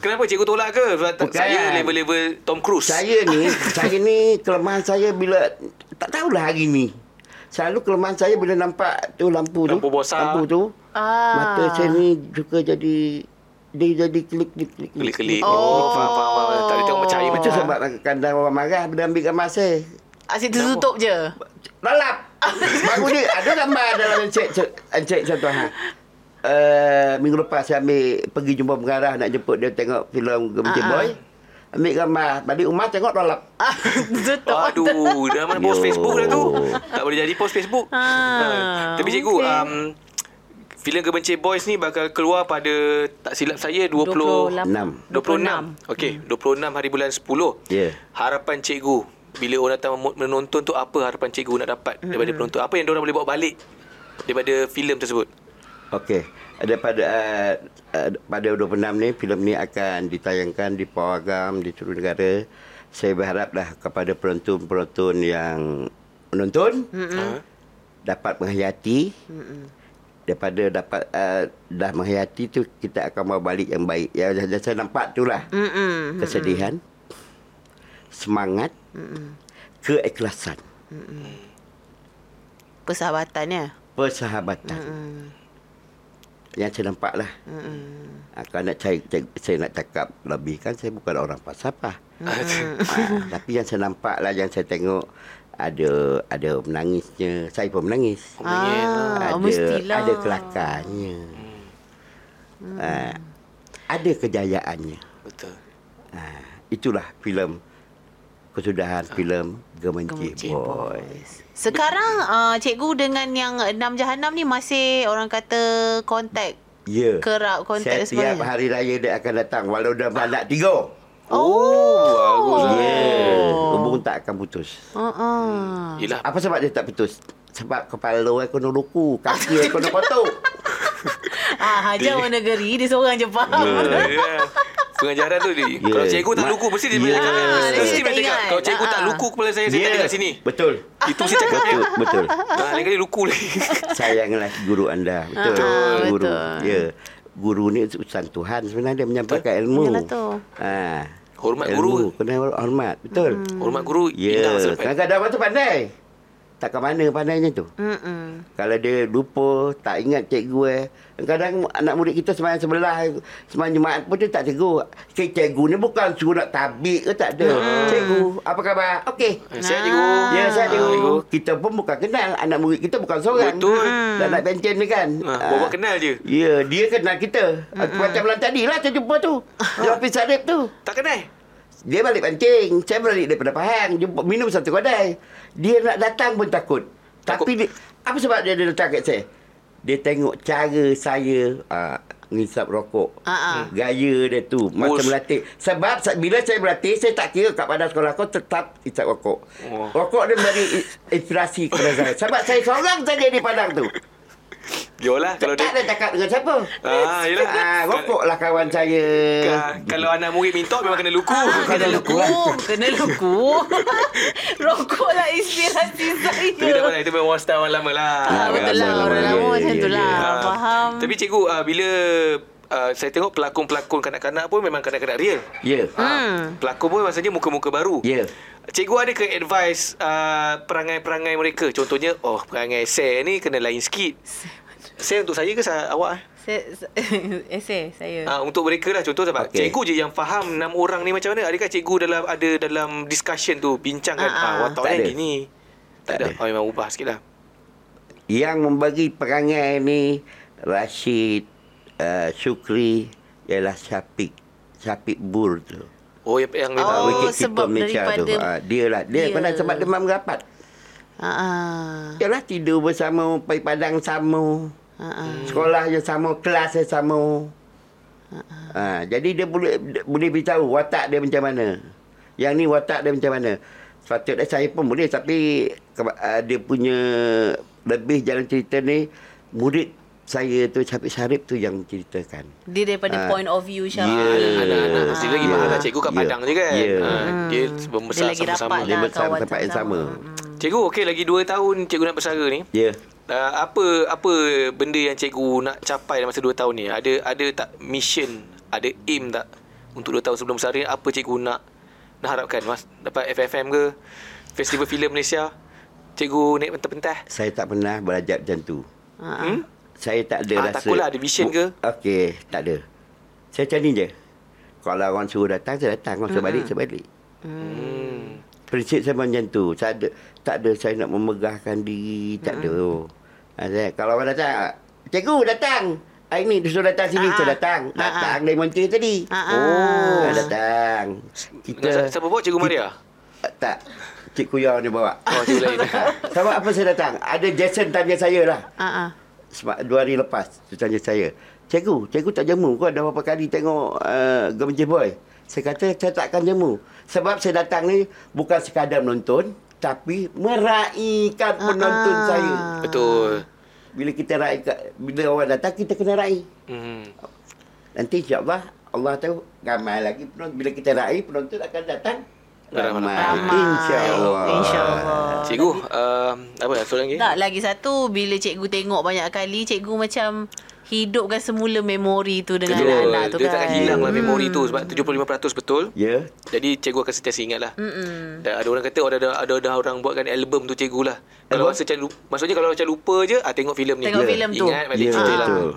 Speaker 2: Kenapa cikgu tolak ke? Sebab tak-
Speaker 3: Bukan.
Speaker 2: Saya level-level Tom Cruise.
Speaker 3: Saya ni, saya ni kelemahan saya bila tak tahulah hari ni. Selalu kelemahan saya bila nampak tu lampu tu.
Speaker 2: Lampu bosak.
Speaker 3: Lampu tu.
Speaker 1: Ah.
Speaker 3: Mata saya ni suka jadi dia jadi klik klik klik.
Speaker 2: Kelip-kelip.
Speaker 1: Oh.
Speaker 2: Oh, faham, faham, faham. Tak ada tengok macam air
Speaker 3: Itu
Speaker 2: macam
Speaker 3: sebab kadang orang marah bila ambil gambar saya.
Speaker 1: Asyik tu tutup je.
Speaker 3: Lalap. Baru ni ada gambar dalam encik encik satu ha. Uh, minggu lepas saya ambil pergi jumpa pengarah nak jemput dia tengok filem Gemci
Speaker 1: Ah, ah.
Speaker 3: Boy. Ambil gambar, balik rumah tengok lalap.
Speaker 1: Ah, tutup.
Speaker 2: Aduh, dah mana post
Speaker 3: Yo.
Speaker 2: Facebook dah tu. Tak boleh jadi post Facebook.
Speaker 1: Ah,
Speaker 2: Ha. Tapi cikgu,
Speaker 1: okey.
Speaker 2: um, filem Kebencin Boys ni bakal keluar pada tak silap saya 20
Speaker 3: 26.
Speaker 2: 26.
Speaker 1: Hmm.
Speaker 2: Okey, 26 hari bulan 10.
Speaker 3: Ya.
Speaker 2: Harapan cikgu bila orang datang mem- menonton tu apa harapan cikgu nak dapat
Speaker 1: Hmm,
Speaker 2: daripada penonton? Apa yang orang boleh bawa balik daripada filem tersebut?
Speaker 3: Okey. Daripada uh, uh, pada 26 ni filem ni akan ditayangkan di Pawagam di seluruh negara. Saya berharaplah kepada penonton-penonton yang menonton
Speaker 1: Hmm,
Speaker 2: Ha?
Speaker 3: dapat menghayati daripada dapat uh, dah menghayati tu kita akan bawa balik yang baik ya dah- dah saya nampak tu lah
Speaker 1: Mm-mm.
Speaker 3: kesedihan semangat keikhlasan
Speaker 1: Persahabatan ya.
Speaker 3: persahabatan yang saya nampak lah ha, kalau nak cari, cari- saya nak cakap lebih kan saya bukan orang falsafah ha, tapi yang saya nampak lah yang saya tengok ada ada menangisnya saya pun
Speaker 2: Oh,
Speaker 3: menangis
Speaker 2: ya.
Speaker 1: Ah,
Speaker 3: ada
Speaker 1: mestilah. Mm.
Speaker 3: ada kelakarnya. Hmm. Uh, ada kejayaannya.
Speaker 2: Betul.
Speaker 3: Uh, itulah filem kesudahan filem Gemenci
Speaker 1: Ah. Gemencik
Speaker 3: Boy.
Speaker 1: Sekarang uh, cikgu dengan yang enam jahanam ni masih orang kata kontak.
Speaker 3: Ya.
Speaker 1: Kerap kontak dan
Speaker 3: Setiap
Speaker 1: sebagainya.
Speaker 3: hari raya dia akan datang walau dah balak tiga.
Speaker 1: Oh.
Speaker 3: Ya. Hubung tak akan putus.
Speaker 1: Uh-uh.
Speaker 2: Yelah.
Speaker 3: Apa sebab dia tak putus? Sebab kepala orang kena luku, kaki orang kena potong.
Speaker 1: Ah, hajar orang negeri dia seorang je faham.
Speaker 2: Ah, ya. Pengajaran tu dia. Kalau cikgu tak
Speaker 3: Ma-
Speaker 2: luku mesti dia
Speaker 3: Ya.
Speaker 2: yeah. cakap.
Speaker 1: Ah, dia
Speaker 2: Mesti dia
Speaker 1: tak
Speaker 2: cakap.
Speaker 1: ingat.
Speaker 2: Kalau cikgu tak
Speaker 1: Ah, ah.
Speaker 2: luku kepala saya saya tak
Speaker 3: Ya,
Speaker 2: ingat sini.
Speaker 3: Betul.
Speaker 2: Itu saya cakap.
Speaker 3: Betul, betul.
Speaker 2: Ha lain kali luku lagi.
Speaker 3: Sayanglah guru anda. Betul.
Speaker 1: Ah,
Speaker 3: guru.
Speaker 1: betul.
Speaker 3: Ya. Guru ni utusan Tuhan sebenarnya dia menyampaikan ilmu.
Speaker 1: Yalah tu.
Speaker 3: Ha.
Speaker 2: Hormat
Speaker 3: ilmu.
Speaker 2: guru.
Speaker 3: Kena hormat. Betul.
Speaker 1: Hmm.
Speaker 2: Hormat guru
Speaker 3: Ya.
Speaker 2: indah masa depan.
Speaker 3: Kadang-kadang orang tu pandai. Tak ke mana pandainya tu.
Speaker 1: Mm-mm.
Speaker 3: Kalau dia lupa, tak ingat cikgu eh. Kadang anak murid kita semayang sebelah, semayang jemaat pun dia tak tegur. Cik, cikgu ni bukan suruh nak tabik ke tak ada.
Speaker 2: Hmm.
Speaker 3: Cikgu, apa khabar? Okey.
Speaker 2: Eh, Saya cikgu.
Speaker 3: Ya, saya
Speaker 2: Ah,
Speaker 3: cikgu. Kita pun bukan kenal. Anak murid kita bukan seorang.
Speaker 2: Betul.
Speaker 3: Dah nak pencen ni kan.
Speaker 2: Ha,
Speaker 3: Ah.
Speaker 2: bawa kenal Hmm. je.
Speaker 3: Ya, dia kenal kita. Macam bulan tadi lah saya jumpa tu.
Speaker 2: Ah.
Speaker 3: Di ofis Sarip tu.
Speaker 2: Tak kenal.
Speaker 3: Dia balik pancing. Saya balik daripada Pahang. Jumpa, minum satu kedai. Dia nak datang pun takut.
Speaker 2: Takut.
Speaker 3: Tapi dia, apa sebab dia, dia datang kat saya? Dia tengok cara saya uh, ngisap rokok.
Speaker 1: Ah, ah.
Speaker 3: Gaya dia tu. Macam
Speaker 2: Bos.
Speaker 3: melatih. Sebab sa- bila saya melatih, saya tak kira kat pada sekolah aku tetap isap rokok.
Speaker 2: Oh.
Speaker 3: Rokok dia memberi i- inspirasi kepada saya. Sebab saya seorang saja di Padang tu.
Speaker 2: Jolah kalau
Speaker 3: Tak
Speaker 2: dia
Speaker 3: ada cakap dengan siapa.
Speaker 2: Ah, yelah.
Speaker 3: Ah, rokoklah kawan saya.
Speaker 2: Ka- Ah, kalau anak murid minta memang kena luku.
Speaker 1: Ah, kena
Speaker 3: Kena
Speaker 1: luku. Kena luku. Rokoklah inspirasi saya.
Speaker 2: Tapi tak pandai Itu memang star orang lama lah
Speaker 1: Ah,
Speaker 3: Ah,
Speaker 1: betul lah.
Speaker 3: lama-lama.
Speaker 1: Orang
Speaker 3: Ya,
Speaker 1: lama
Speaker 3: ya,
Speaker 1: macam
Speaker 3: ya,
Speaker 1: tu
Speaker 3: ya.
Speaker 1: lah.
Speaker 2: Ah,
Speaker 1: Faham.
Speaker 2: Tapi cikgu uh, Bila uh, Saya tengok pelakon-pelakon Kanak-kanak pun Memang kanak-kanak real
Speaker 3: Ya.
Speaker 2: hmm. Pelakon pun maksudnya Muka-muka baru
Speaker 3: Ya.
Speaker 2: Cikgu ada ke advice uh, Perangai-perangai mereka Contohnya Oh perangai saya ni Kena lain sikit Saya untuk saya ke sa- awak eh?
Speaker 1: Se- se- Esei saya.
Speaker 2: Ah, untuk mereka lah contoh sebab okay.
Speaker 3: Okey.
Speaker 2: cikgu je yang faham enam orang ni macam mana adakah cikgu dalam ada dalam discussion tu
Speaker 1: Ah,
Speaker 2: bincangkan ah,
Speaker 1: ah.
Speaker 2: watak
Speaker 3: Tak
Speaker 2: dia
Speaker 3: ada.
Speaker 2: gini tak,
Speaker 3: Tak
Speaker 2: ada.
Speaker 3: ada.
Speaker 2: oh memang ubah sikit lah
Speaker 3: yang membagi perangai ni Rashid uh, Syukri ialah Syafiq Syafiq Bur tu.
Speaker 2: oh yang,
Speaker 1: Oh,
Speaker 2: yang
Speaker 3: Ah,
Speaker 2: memang
Speaker 3: wicket keeper
Speaker 1: sebab daripada-
Speaker 3: Ah, dia lah.
Speaker 1: Ya.
Speaker 3: Dia yeah. pernah sebab demam rapat.
Speaker 1: Ha ah.
Speaker 3: Yalah tidur bersama, pergi padang sama.
Speaker 1: Ha ah.
Speaker 3: Sekolah je sama, kelas je sama. Ha, jadi dia boleh dia boleh beritahu watak dia macam mana. Yang ni watak dia macam mana. Sepatutnya saya pun boleh tapi keba- ah, dia punya lebih jalan cerita ni murid saya tu Syafiq Syarif tu yang ceritakan.
Speaker 1: Dia daripada
Speaker 3: Ah.
Speaker 1: point of view Syah.
Speaker 3: Ya.
Speaker 1: ah,
Speaker 2: anak-anak mesti lagi
Speaker 3: Ya.
Speaker 2: mahal lah cikgu kat
Speaker 3: Ya.
Speaker 2: Padang je kan
Speaker 3: Ya.
Speaker 2: ha, dia
Speaker 1: Hmm. Dia
Speaker 2: membesar
Speaker 1: lagi lah.
Speaker 2: sama-sama
Speaker 1: rapat
Speaker 3: Dia
Speaker 1: Dah,
Speaker 3: besar
Speaker 1: kawan
Speaker 3: tempat yang sama.
Speaker 1: sama-sama.
Speaker 2: cikgu okey lagi 2 tahun cikgu nak bersara ni
Speaker 3: Ya. Yeah.
Speaker 2: uh, apa apa benda yang cikgu nak capai dalam masa 2 tahun ni ada ada tak mission ada aim tak untuk 2 tahun sebelum bersara ni apa cikgu nak nak harapkan mas dapat FFM ke festival filem Malaysia cikgu naik pentas-pentas
Speaker 3: Saya tak pernah belajar macam tu.
Speaker 1: Ha ah.
Speaker 2: hmm?
Speaker 3: Saya tak ada
Speaker 2: Ah,
Speaker 3: rasa
Speaker 2: tak apalah, ada vision ke?
Speaker 3: Okey, tak ada Saya macam ni je Kalau orang suruh datang, saya datang Kalau saya balik, saya balik
Speaker 2: hmm.
Speaker 3: Prinsip saya macam tu saya ada, Tak ada saya nak memegahkan diri Tak ada
Speaker 1: Hmm.
Speaker 3: ha, saya, Kalau orang datang Cikgu datang Hari ni dia suruh datang sini
Speaker 1: Ah,
Speaker 3: Saya
Speaker 1: ah.
Speaker 3: datang
Speaker 1: Ah, ah.
Speaker 3: Datang dari Montir tadi
Speaker 1: Ah, ah.
Speaker 3: Oh Datang
Speaker 2: Dengan
Speaker 3: Kita
Speaker 2: siapa bawa cikgu Maria?
Speaker 3: Ah, Tak Cikgu Yaw ni bawa Ha,
Speaker 2: Oh, cikgu lain.
Speaker 3: Sebab apa saya datang Ada Jason tanya saya lah
Speaker 1: Ha ah.
Speaker 3: sebab dua hari lepas dia tanya saya cikgu cikgu tak jemu kau dah berapa kali tengok uh, Gemeja Boy saya kata saya takkan jemu sebab saya datang ni bukan sekadar menonton tapi meraihkan penonton
Speaker 1: Ah.
Speaker 3: saya
Speaker 2: Betul.
Speaker 3: bila kita raikan bila orang datang kita kena raih
Speaker 2: Hmm.
Speaker 3: nanti insyaallah Allah tahu ramai lagi penonton bila kita raih penonton akan datang ramai,
Speaker 1: Ramai.
Speaker 3: insyaallah
Speaker 1: Insyaallah.
Speaker 2: Cikgu, um, apa nak soalan lagi?
Speaker 1: Tak lagi satu bila cikgu tengok banyak kali cikgu macam hidupkan semula memori tu dengan
Speaker 2: Betul.
Speaker 1: anak-anak tu kan.
Speaker 2: dia
Speaker 1: Hmm.
Speaker 2: takkan hilang lah memori tu sebab 75% betul.
Speaker 3: ya
Speaker 2: Jadi cikgu akan sentiasa ingat lah. Mm-mm. Dan ada orang kata oh, ada, ada, ada, ada orang buatkan album tu cikgu lah. Kalau rasa macam lupa, maksudnya kalau macam lupa je, ah, tengok filem ni.
Speaker 1: Tengok
Speaker 2: Ya.
Speaker 1: filem tu.
Speaker 2: Ingat balik
Speaker 3: Ya,
Speaker 2: cerita lah.
Speaker 3: betul.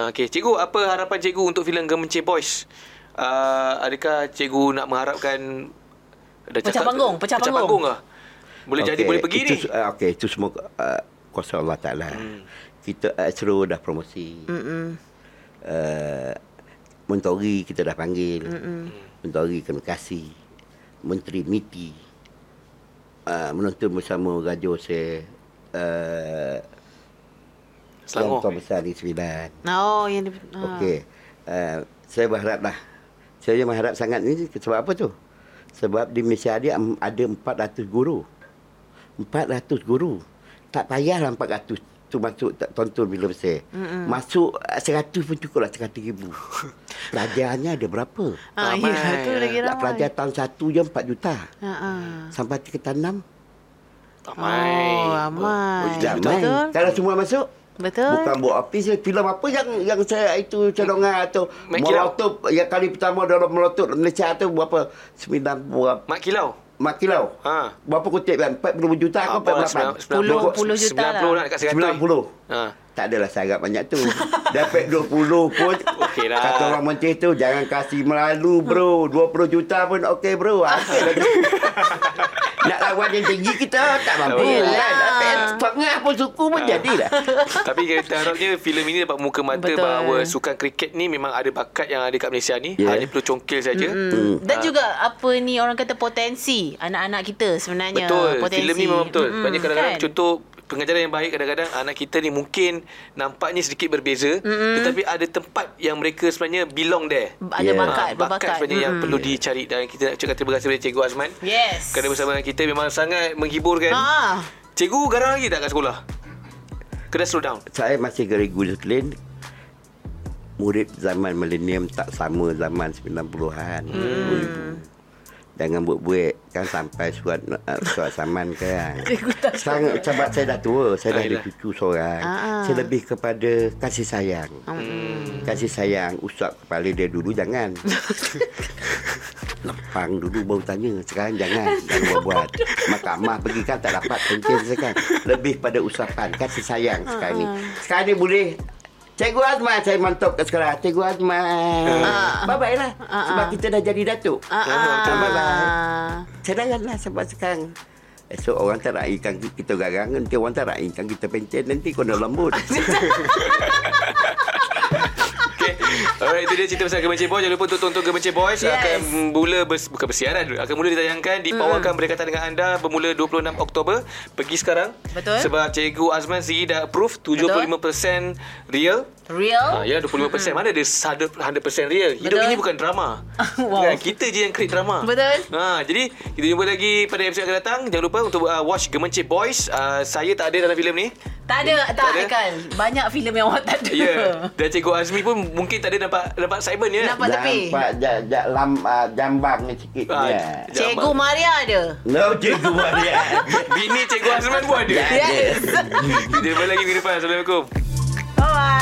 Speaker 2: Ah, okay. Cikgu, apa harapan cikgu untuk filem Gemencir Boys? Uh, adakah cikgu nak mengharapkan dah
Speaker 1: Pecah
Speaker 2: cakap-
Speaker 1: panggung, pecah
Speaker 2: pecah
Speaker 1: panggung.
Speaker 2: panggung lah. Boleh jadi boleh pergi
Speaker 3: itu,
Speaker 2: ni.
Speaker 3: Uh, Okey, itu semua uh, kuasa Allah Ta'ala. Hmm. Kita Astro dah promosi. Hmm. Uh, Mentori kita dah panggil. Hmm. Mentori kena kasih. Menteri MITI. Uh, menonton bersama Radio saya. Uh, Yang Tuan
Speaker 2: Selangor.
Speaker 3: Besar di Sembilan.
Speaker 1: Oh, yang dia, ha.
Speaker 3: Okey. Uh, saya berharaplah. Saya berharap sangat ni sebab apa tu? Sebab di Malaysia dia em- ada 400 guru. 400 guru. Tak payahlah 400 tu masuk tak tonton filem saya. Mm-hmm. Masuk ah, 100 pun cukup lah 100 ribu. Pelajarannya ada berapa?
Speaker 1: Ah,
Speaker 2: Ramai.
Speaker 1: ya, tu lagi
Speaker 3: Tak
Speaker 1: ramai.
Speaker 3: pelajar tahun 1 je 4 juta.
Speaker 1: Ha ah.
Speaker 3: Sampai ke tahun 6
Speaker 2: Ramai.
Speaker 1: Oh, ramai.
Speaker 3: Ramai.
Speaker 1: Betul.
Speaker 3: Kalau semua masuk
Speaker 2: Ya.
Speaker 1: Betul.
Speaker 3: Bukan buat office filem apa yang yang saya itu cadangan atau
Speaker 2: Mak Kilau.
Speaker 3: melotop yang kali pertama dalam melotop Malaysia tu berapa 9 berapa
Speaker 2: Mak Kilau.
Speaker 3: Mak Kilau.
Speaker 2: Ha.
Speaker 3: Berapa kutip kan? 40 juta ke
Speaker 2: Apa, sembilan-
Speaker 3: 48?
Speaker 1: Puluh-
Speaker 2: sembilan-
Speaker 1: puluh juta
Speaker 2: sembilan puluh
Speaker 1: lah.
Speaker 2: nak dekat
Speaker 3: 90.
Speaker 2: 100. Ha.
Speaker 3: Tak adalah saya harap banyak tu. Dapat 20 pun.
Speaker 2: Okey lah.
Speaker 3: Kata orang menteri tu, jangan kasih melalu bro. 20 juta pun okey bro. Okey lah tu. Nak lawan yang tinggi kita tak
Speaker 2: Oh,
Speaker 3: mampu
Speaker 2: ya.
Speaker 1: Yelah.
Speaker 3: kan. Dapat setengah pun suku
Speaker 2: Ah.
Speaker 3: pun jadilah.
Speaker 2: Tapi kita harapnya filem ini dapat muka mata
Speaker 1: Betul.
Speaker 2: Betul. bahawa sukan kriket ni memang ada bakat yang ada kat Malaysia ni.
Speaker 3: Ya.
Speaker 2: Yeah. Hanya perlu congkil saja.
Speaker 1: Hmm. Dan juga apa ni orang kata potensi anak-anak kita sebenarnya
Speaker 2: Betul.
Speaker 1: potensi.
Speaker 2: Filem ni memang
Speaker 1: Mm-mm,
Speaker 2: betul. Mm-hmm. Banyak kadang-kadang
Speaker 1: kan?
Speaker 2: kan? contoh pengajaran yang baik kadang-kadang anak kita ni mungkin nampaknya sedikit berbeza mm-hmm. tetapi ada tempat yang mereka sebenarnya belong there.
Speaker 1: ada
Speaker 3: Yeah.
Speaker 1: bakat,
Speaker 2: Ah,
Speaker 1: berbakat.
Speaker 2: bakat sebenarnya yang perlu dicari dan kita nak cakap terima kasih kepada Cikgu Azman.
Speaker 1: Yes.
Speaker 2: Kerana bersama dengan kita memang sangat menghiburkan.
Speaker 1: Ha.
Speaker 2: Cikgu garang lagi tak kat sekolah? Kena slow down.
Speaker 3: Saya masih gerigu Zulin. Murid zaman milenium tak sama zaman 90-an. Hmm. Jangan buat-buat kan sampai surat uh, surat saman kan. Sangat sebab saya dah tua, saya dah ada
Speaker 2: Ayolah.
Speaker 3: cucu seorang.
Speaker 1: Ah.
Speaker 3: Saya lebih kepada kasih sayang. Hmm. Kasih sayang usap kepala dia dulu jangan. Lempang dulu baru tanya Sekarang jangan Jangan buat-buat Mahkamah pergi kan tak dapat Pencin sekarang Lebih pada usapan Kasih sayang sekarang
Speaker 1: Ha,
Speaker 3: ni Sekarang ni boleh Cikgu Azman Saya mantap kat sekolah Cikgu Azman
Speaker 1: Ha.
Speaker 3: Bye-bye lah Sebab kita dah jadi datuk Ha,
Speaker 1: Ah, ah.
Speaker 3: Bye-bye Cadangan lah sebab sekarang Esok orang tak nak ikan kita garang Nanti orang tak nak ikan kita pencen Nanti kau dah lembut
Speaker 2: Okay. Alright, itu dia cerita pasal Gemencik Boys. Jangan lupa untuk tonton Gemencik Boys.
Speaker 1: Yes.
Speaker 2: Yes. Akan mula, bers, bukan bersiaran dulu. Akan mula ditayangkan di
Speaker 1: Mm.
Speaker 2: Pawangkan Berdekatan Dengan Anda bermula 26 Oktober. Pergi sekarang.
Speaker 1: Betul.
Speaker 2: Sebab Cikgu Azman sendiri dah approve 75% real.
Speaker 1: Real.
Speaker 2: Ha, ya 25% Mana ada 100% real Hidup
Speaker 1: Mm. Betul.
Speaker 2: ini bukan drama
Speaker 1: Wow.
Speaker 2: Bukan, Kita je yang create drama
Speaker 1: Betul.
Speaker 2: ha, Jadi Kita jumpa lagi pada episod akan datang Jangan lupa untuk uh, watch Gemencik Boys uh, Saya tak ada dalam filem ni
Speaker 1: Tak ada, tak,
Speaker 2: ada.
Speaker 1: Aikal. Banyak filem yang awak tak ada.
Speaker 2: Ya Dan Cikgu Azmi pun Mungkin tak ada nampak Nampak excitement ya
Speaker 1: Nampak tepi.
Speaker 3: Nampak ja, ja, lam, ah, jambang ni sikit
Speaker 2: Ah,
Speaker 3: dia.
Speaker 1: Cikgu Maria ada.
Speaker 3: No cikgu Maria
Speaker 2: Bini Cikgu Azman pun ada
Speaker 1: Yes.
Speaker 2: Kita jumpa lagi minggu depan Assalamualaikum
Speaker 1: Bye-bye.